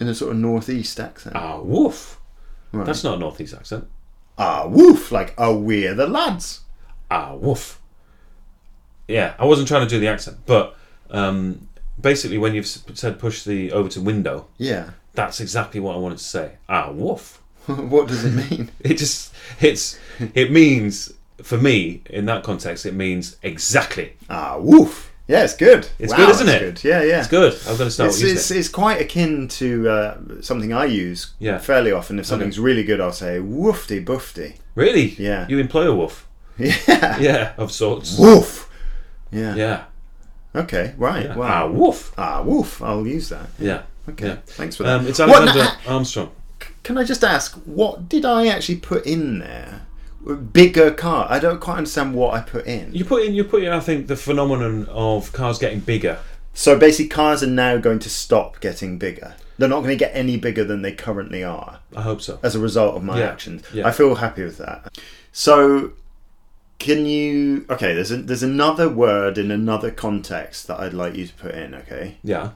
S2: In a sort of northeast accent.
S1: ah woof.
S2: Right.
S1: That's not a northeast accent.
S2: Ah, woof! Like, oh, we're the lads.
S1: ah woof yeah i wasn't trying to do the accent but um, basically when you've s- said push the overton window
S2: Yeah.
S1: that's exactly what i wanted to say ah woof
S2: what does it mean?
S1: it just it's it means for me in that context it means exactly
S2: ah, woof. Yeah, it's good.
S1: It's good, isn't
S2: it's
S1: it?
S2: Good. Yeah, yeah.
S1: it's good i'm going to start
S2: It's,
S1: using
S2: it's,
S1: it
S2: it's quite akin to uh, something I use
S1: Yeah.
S2: fairly often. If something's really good, I'll say woofty boofty.
S1: really
S2: Yeah.
S1: you employ a woof
S2: Yeah.
S1: yeah of sorts
S2: Woof. Yeah.
S1: yeah
S2: Okay. Right.
S1: ah
S2: Wow.
S1: woof
S2: Ah, woof. I'll use that.
S1: yeah
S2: Okay.
S1: Yeah.
S2: Thanks for that.
S1: um, it's
S2: What
S1: alexander
S2: na-
S1: armstrong
S2: can I just ask, what did I actually put in there? Bigger car. I don't quite understand what I put in.
S1: you put in you put in i think the phenomenon of cars getting bigger
S2: So basically, cars are now going to stop getting bigger. They're not going to get any bigger than they currently are.
S1: i hope so
S2: as a result of my
S1: Yeah,
S2: actions.
S1: yeah.
S2: I feel happy with that. So, can you? Okay, there's a, there's another word in another context that I'd like you to put in. Okay,
S1: yeah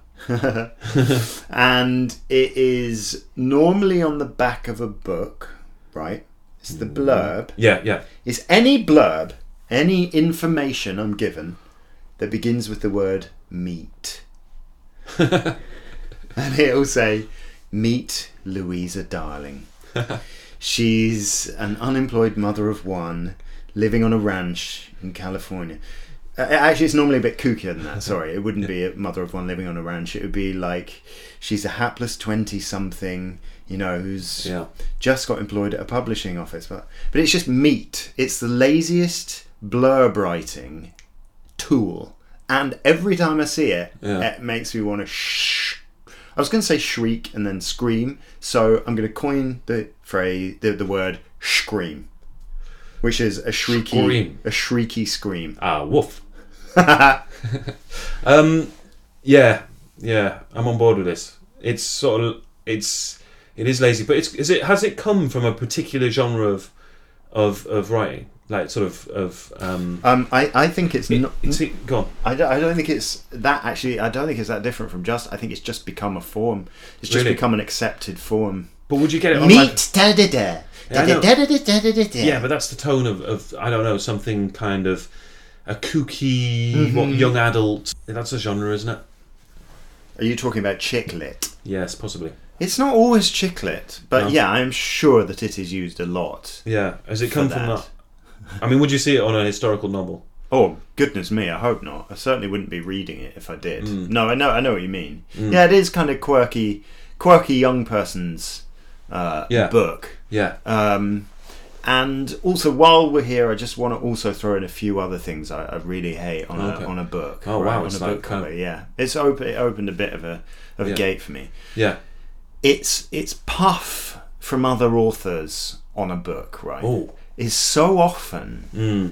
S2: and it is normally on the back of a book, right? It's the
S1: Mm.
S2: blurb.
S1: yeah yeah
S2: It's any blurb, any information I'm given that begins with the word meat, and it'll say, "Meet Louisa Darling." She's an unemployed mother of one living on a ranch in California. Uh, Actually, it's normally a bit kookier than that. Sorry, it wouldn't be a mother of one living on a ranch. It would be like she's a hapless twenty-something, you know, who's
S1: Yeah.
S2: just got employed at a publishing office. But but it's just meat. It's the laziest blurb writing tool, and every time I see it,
S1: Yeah.
S2: it makes me want to shh. I was going to say shriek and then scream, so I'm going to coin the phrase, the, the word scream, which is a shrieky,
S1: Scream.
S2: a shrieky scream.
S1: Ah, woof. um, yeah, yeah, I'm on board with this. It's sort of it's it is lazy, but it's is it has it come from a particular genre of of of writing? like sort of of um,
S2: Um, I, I think it's not.
S1: it's go on.
S2: I don't, I don't think it's that actually. I don't think it's that different from just. I think it's just become a form. It's just
S1: Really?
S2: become an accepted form.
S1: But would you get it on like-
S2: Meat da da da.
S1: Yeah, I know. yeah,
S2: Yeah,
S1: but that's the tone of, of I don't know something kind of a kooky what
S2: Mm-hmm.
S1: young adult. That's a genre, isn't it?
S2: Are you talking about chicklet?
S1: Yes, possibly.
S2: It's not always chicklet, but
S1: No.
S2: yeah, I'm sure that it is used a lot.
S1: Yeah, has it come
S2: For
S1: from
S2: that.
S1: that? I mean, would you see it on a historical novel?
S2: Oh goodness me, I hope not. I certainly wouldn't be reading it if I did.
S1: Hmm.
S2: No, I know, I know what you mean. Yeah, it is kind of quirky, quirky young person's uh,
S1: Yeah.
S2: book.
S1: Yeah.
S2: Um, and also, while we're here, I just want to also throw in a few other things I, I really hate on,
S1: Okay.
S2: a, on a book.
S1: Oh, wow,
S2: on
S1: it's
S2: a book
S1: like kind
S2: cover.
S1: of-
S2: Yeah, it's open. It opened a bit of a of
S1: Yeah.
S2: a gate for me.
S1: Yeah.
S2: It's it's puff from other authors on a book, right?
S1: Oh.
S2: Is so often
S1: Mm. Hmm.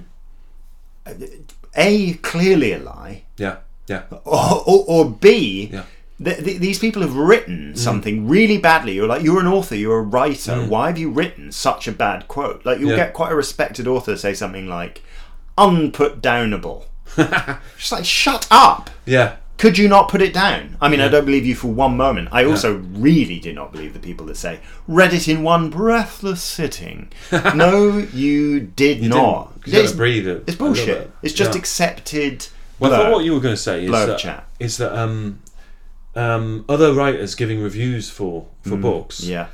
S2: a clearly a lie,
S1: Yeah. Yeah.
S2: or or, or b.
S1: Yeah. Hmm.
S2: Th- th- these people have written something really badly. You're like, you're an author, you're a writer. Why have you written such a bad quote? Like, you'll
S1: Yeah.
S2: get quite a respected author say something like, unput downable. Just like, shut up.
S1: Yeah.
S2: Could you not put it down? I mean, I don't believe you for one moment. I also really do not believe the people that say, read it in one breathless sitting. no, you did not.
S1: You gotta
S2: It's,
S1: breathe it.
S2: it's
S1: a little
S2: bullshit.
S1: bit.
S2: It's just
S1: Yeah.
S2: accepted.
S1: Well, I thought
S2: blurb.
S1: what you were going to say is
S2: blurb
S1: that,
S2: chat.
S1: is that um, um, other writers giving reviews for for books
S2: Mm, yeah.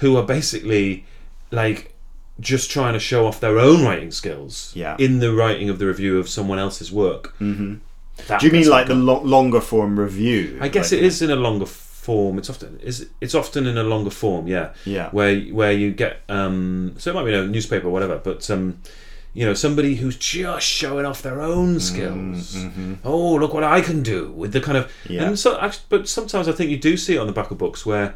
S1: who are basically like just trying to show off their own writing skills
S2: Yeah.
S1: in the writing of the review of someone else's work. Mm-hmm.
S2: Do you mean like the lo- longer form review?
S1: I guess
S2: Like-
S1: it is in a longer form. It's often is it's often in a longer form. Yeah.
S2: Yeah.
S1: Where where you get um, so it might be in a newspaper or whatever, but um, you know somebody who's just showing off their
S2: Mm,
S1: own skills. Oh, look what I can do with the kind of
S2: mm-hmm. Yeah.
S1: and so act- but sometimes I think you do see it on the back of books where.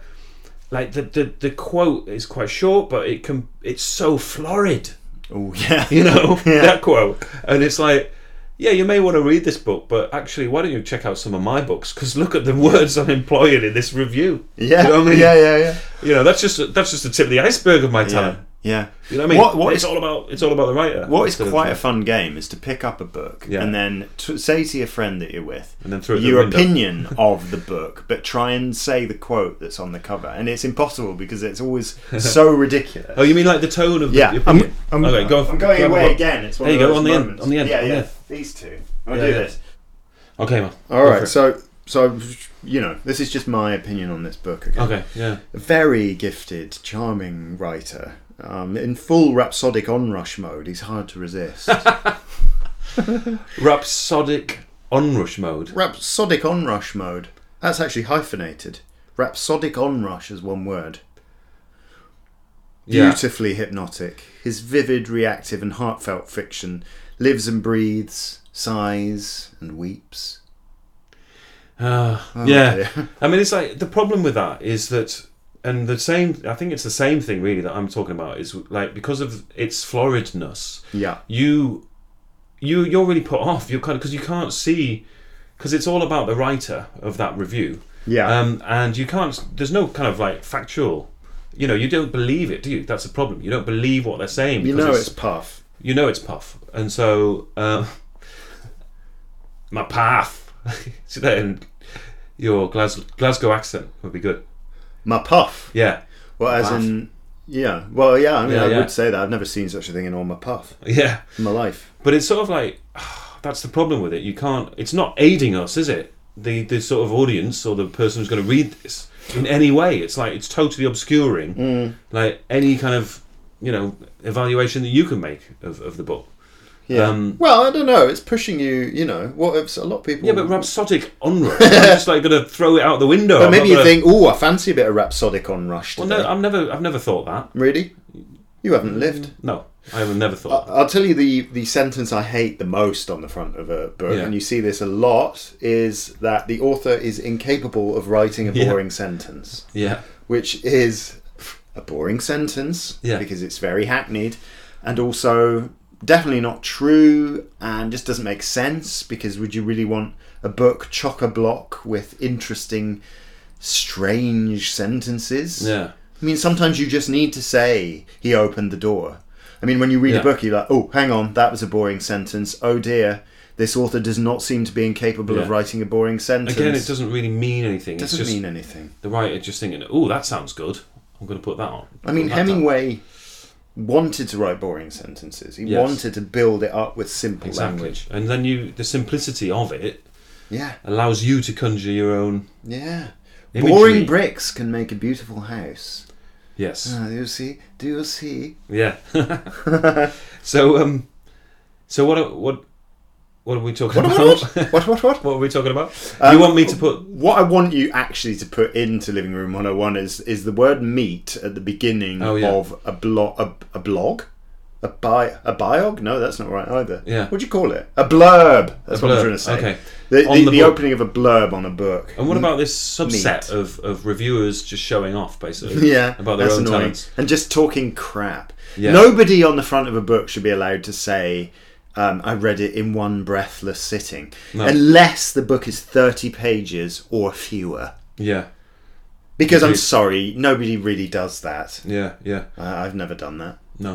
S1: Like the, the the quote is quite short, but it can it's so florid
S2: Oh yeah,
S1: you know
S2: Yeah.
S1: that quote and it's like yeah you may want to read this book but actually why don't you check out some of my books because look at the words i'm employing in this review
S2: yeah,
S1: you know what i mean
S2: yeah, yeah, yeah.
S1: you know that's just that's just the tip of the iceberg of my
S2: yeah.
S1: talent
S2: yeah.
S1: you know what i mean
S2: What- what
S1: it's
S2: is-
S1: all about it's all about the writer
S2: What is
S1: instead of-
S2: quite a fun game is to pick up a book
S1: Yeah.
S2: and then t- say to your friend that you're with
S1: And then throw it out the
S2: your
S1: window.
S2: opinion of the book, but try and say the quote that's on the cover. And it's impossible because it's always so ridiculous.
S1: oh you mean like the tone of the
S2: yeah,
S1: the
S2: I'm-
S1: opinion?
S2: I'm,
S1: okay go
S2: I'm
S1: on,
S2: going
S1: grab a
S2: away
S1: book.
S2: again. It's one
S1: There
S2: of
S1: you go,
S2: those
S1: on the end,
S2: moments.
S1: on the end,
S2: Yeah,
S1: on the
S2: yeah.
S1: end.
S2: These two. I'll
S1: Yeah,
S2: do
S1: yeah.
S2: this.
S1: okay man
S2: All
S1: Go
S2: right.
S1: for it.
S2: So, so you know, this is just my opinion on this book. Again.
S1: okay yeah
S2: very gifted, charming writer. Um, in full rhapsodic onrush mode, he's hard to resist.
S1: rhapsodic onrush mode
S2: rhapsodic onrush mode. That's actually hyphenated. Rhapsodic onrush is one word.
S1: yeah
S2: Beautifully hypnotic. His vivid, reactive, and heartfelt fiction lives and breathes, sighs and weeps.
S1: Ah, yeah
S2: dear.
S1: I mean, it's like the problem with that is that, and the same, I think it's the same thing really that I'm talking about is like because of its floridness,
S2: Yeah.
S1: you, you, you're really put off. You're kind of because you can't see because it's all about the writer of that review.
S2: Yeah.
S1: Um, and you can't. There's no kind of like factual. You know, you don't believe it, do you? That's the problem. You don't believe what they're saying.
S2: you
S1: because
S2: know it's puff.
S1: you know it's puff, and so uh, my path. See that in your Glas- Glasgow accent would be good.
S2: My puff.
S1: Yeah,
S2: Well, as
S1: Puff.
S2: in. Yeah. Well, yeah, I mean,
S1: Yeah,
S2: I
S1: yeah.
S2: would say that. I've never seen such a thing in all my puff
S1: yeah.
S2: in my life.
S1: But it's sort of like that's the problem with it. You can't. It's not aiding us, is it? The the sort of audience or the person who's going to read this in any way. It's like it's totally obscuring
S2: Mm.
S1: like any kind of you know evaluation that you can make of, of the book.
S2: Yeah.
S1: Um,
S2: well, I don't know. It's pushing you. You know, what if a lot of people?
S1: Yeah, but rhapsodic onrush. I'm just like going to throw it out the window.
S2: But
S1: I'm
S2: maybe
S1: not
S2: you
S1: gonna-
S2: think, oh, I fancy a bit of rhapsodic onrush
S1: Well,
S2: today.
S1: no, I've never, I've never thought that.
S2: really, you
S1: Mm.
S2: haven't lived.
S1: No, I have never thought. that.
S2: I- I'll tell you the the sentence I hate the most on the front of a book,
S1: Yeah.
S2: and you see this a lot, is that the author is incapable of writing a
S1: Yeah.
S2: boring sentence,
S1: Yeah,
S2: which is a boring sentence
S1: Yeah.
S2: because it's very hackneyed, and also definitely not true, and just doesn't make sense because would you really want a book chock a block with interesting, strange sentences?
S1: yeah,
S2: I mean, sometimes you just need to say he opened the door. I mean, when you read
S1: Yeah.
S2: a book, you're like, oh, hang on, that was a boring sentence. Oh dear, this author does not seem to be incapable of
S1: Yeah.
S2: writing a boring sentence.
S1: Again, it doesn't really mean anything. It's
S2: Doesn't
S1: just
S2: mean anything.
S1: the writer just thinking, "Oh, that sounds good. I'm going to put that on."
S2: I mean,
S1: Put that down."
S2: Hemingway wanted to write boring sentences. He
S1: Yes.
S2: wanted to build it up with simple
S1: exactly.
S2: language.
S1: And then you, the simplicity of it
S2: Yeah,
S1: allows you to conjure your own.
S2: yeah.
S1: Imagery.
S2: Boring bricks can make a beautiful house.
S1: Yes.
S2: Ah, do you see? Do you see?
S1: Yeah. so, um, so what? What? What are we talking
S2: What,
S1: about?
S2: what, what? what, what, what?
S1: What are we talking about? you
S2: Um,
S1: want me to put?
S2: What I want you actually to put into Living Room 101 is is the word meat at the beginning
S1: Oh, yeah.
S2: of a blog, a, a blog, a bi, a biog. No, that's not right either.
S1: Yeah.
S2: What do you call it? A blurb. That's
S1: A
S2: what I'm
S1: blurb,
S2: trying to say.
S1: okay.
S2: The,
S1: On
S2: the,
S1: the
S2: the
S1: book. Oh.
S2: opening of a blurb on a book.
S1: And what about this subset of, of reviewers just showing off, basically?
S2: yeah,
S1: About their
S2: that's
S1: own
S2: annoying.
S1: talents.
S2: and just talking crap.
S1: Yeah.
S2: Nobody on the front of a book should be allowed to say, um, "I read it in one breathless sitting,"
S1: No.
S2: unless the book is thirty pages or fewer.
S1: Yeah,
S2: Because I'm
S1: Agreed.
S2: sorry, nobody really does that.
S1: yeah, yeah.
S2: Uh, I've never done that.
S1: No.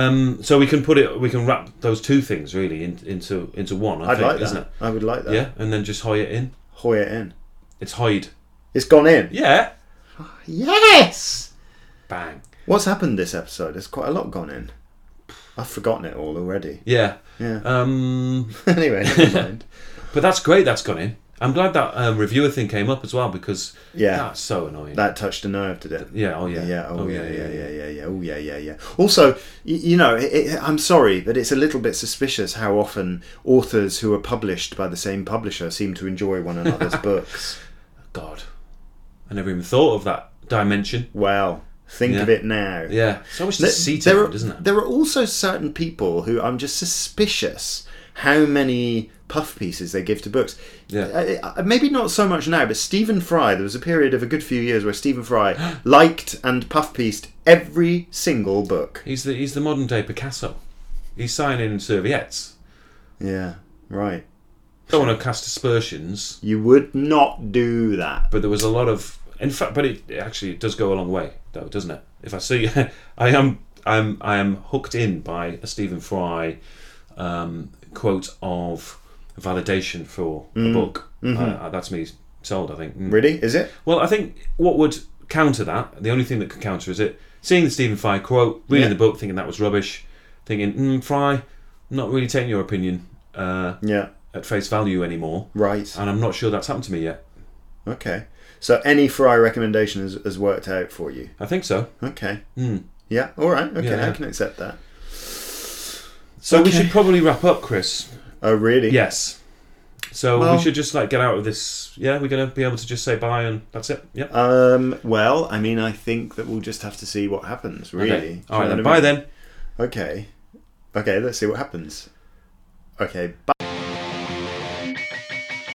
S1: Um, so we can put it. We can wrap those two things really in, into into one. I
S2: I'd
S1: think,
S2: like
S1: isn't
S2: that. I would like that.
S1: it? Yeah, and then just hoy it in.
S2: Hoy it in.
S1: It's hide.
S2: It's gone in.
S1: Yeah.
S2: Yes.
S1: Bang.
S2: What's happened this episode? There's quite a lot gone in. I've forgotten it all already.
S1: Yeah.
S2: Yeah.
S1: Um,
S2: anyway, never mind.
S1: but that's great. That's gone in. I'm glad that um, reviewer thing came up as well because
S2: Yeah.
S1: that's so annoying.
S2: That touched a nerve, did it?
S1: yeah. Oh yeah.
S2: Yeah, oh, yeah, yeah, yeah, yeah, yeah, oh, yeah, yeah, yeah. Also, y- you know, it, it, I'm sorry, but it's a little bit suspicious how often authors who are published by the same publisher seem to enjoy one another's books.
S1: God, I never even thought of that dimension.
S2: Wow, think of
S1: Yeah.
S2: it now.
S1: Yeah. So much
S2: Th-
S1: deceit
S2: there,
S1: around,
S2: are,
S1: isn't it?
S2: there are also certain people who I'm just suspicious how many puff pieces they give to books.
S1: Yeah.
S2: Uh, uh, maybe not so much now, but Stephen Fry, there was a period of a good few years where Stephen Fry liked and puff pieced every single book.
S1: He's the he's the modern day Picasso. He's signing serviettes.
S2: Yeah, right.
S1: Don't want to cast aspersions.
S2: You would not do that.
S1: but there was a lot of in fact but it, it actually does go a long way though doesn't it if i see i am i'm i am hooked in by a stephen fry um, quote of validation for a book uh, that's me sold i think Mm.
S2: Really? Is it?
S1: well i think what would counter that the only thing that could counter is it seeing the stephen fry quote reading
S2: Yeah.
S1: the book thinking that was rubbish thinking mm, fry not really taking your opinion uh,
S2: Yeah.
S1: at face value anymore
S2: Right.
S1: and i'm not sure that's happened to me yet
S2: Okay. So any Fry recommendation has, has worked out for you.
S1: i think so
S2: Okay.
S1: Mm.
S2: Yeah. All right. Okay.
S1: Yeah.
S2: I can accept that.
S1: So we
S2: Okay.
S1: should probably wrap up, Chris.
S2: Oh, really?
S1: Yes. So
S2: Well-
S1: we should just like get out of this. Yeah, we're gonna be able to just say bye and that's it. Yep.
S2: Um, well, I mean, I think that we'll just have to see what happens, really. Do
S1: Okay.
S2: you
S1: All right
S2: know
S1: then.
S2: what I
S1: Bye
S2: mean?
S1: then.
S2: Okay. Okay, let's see what happens. Okay, bye.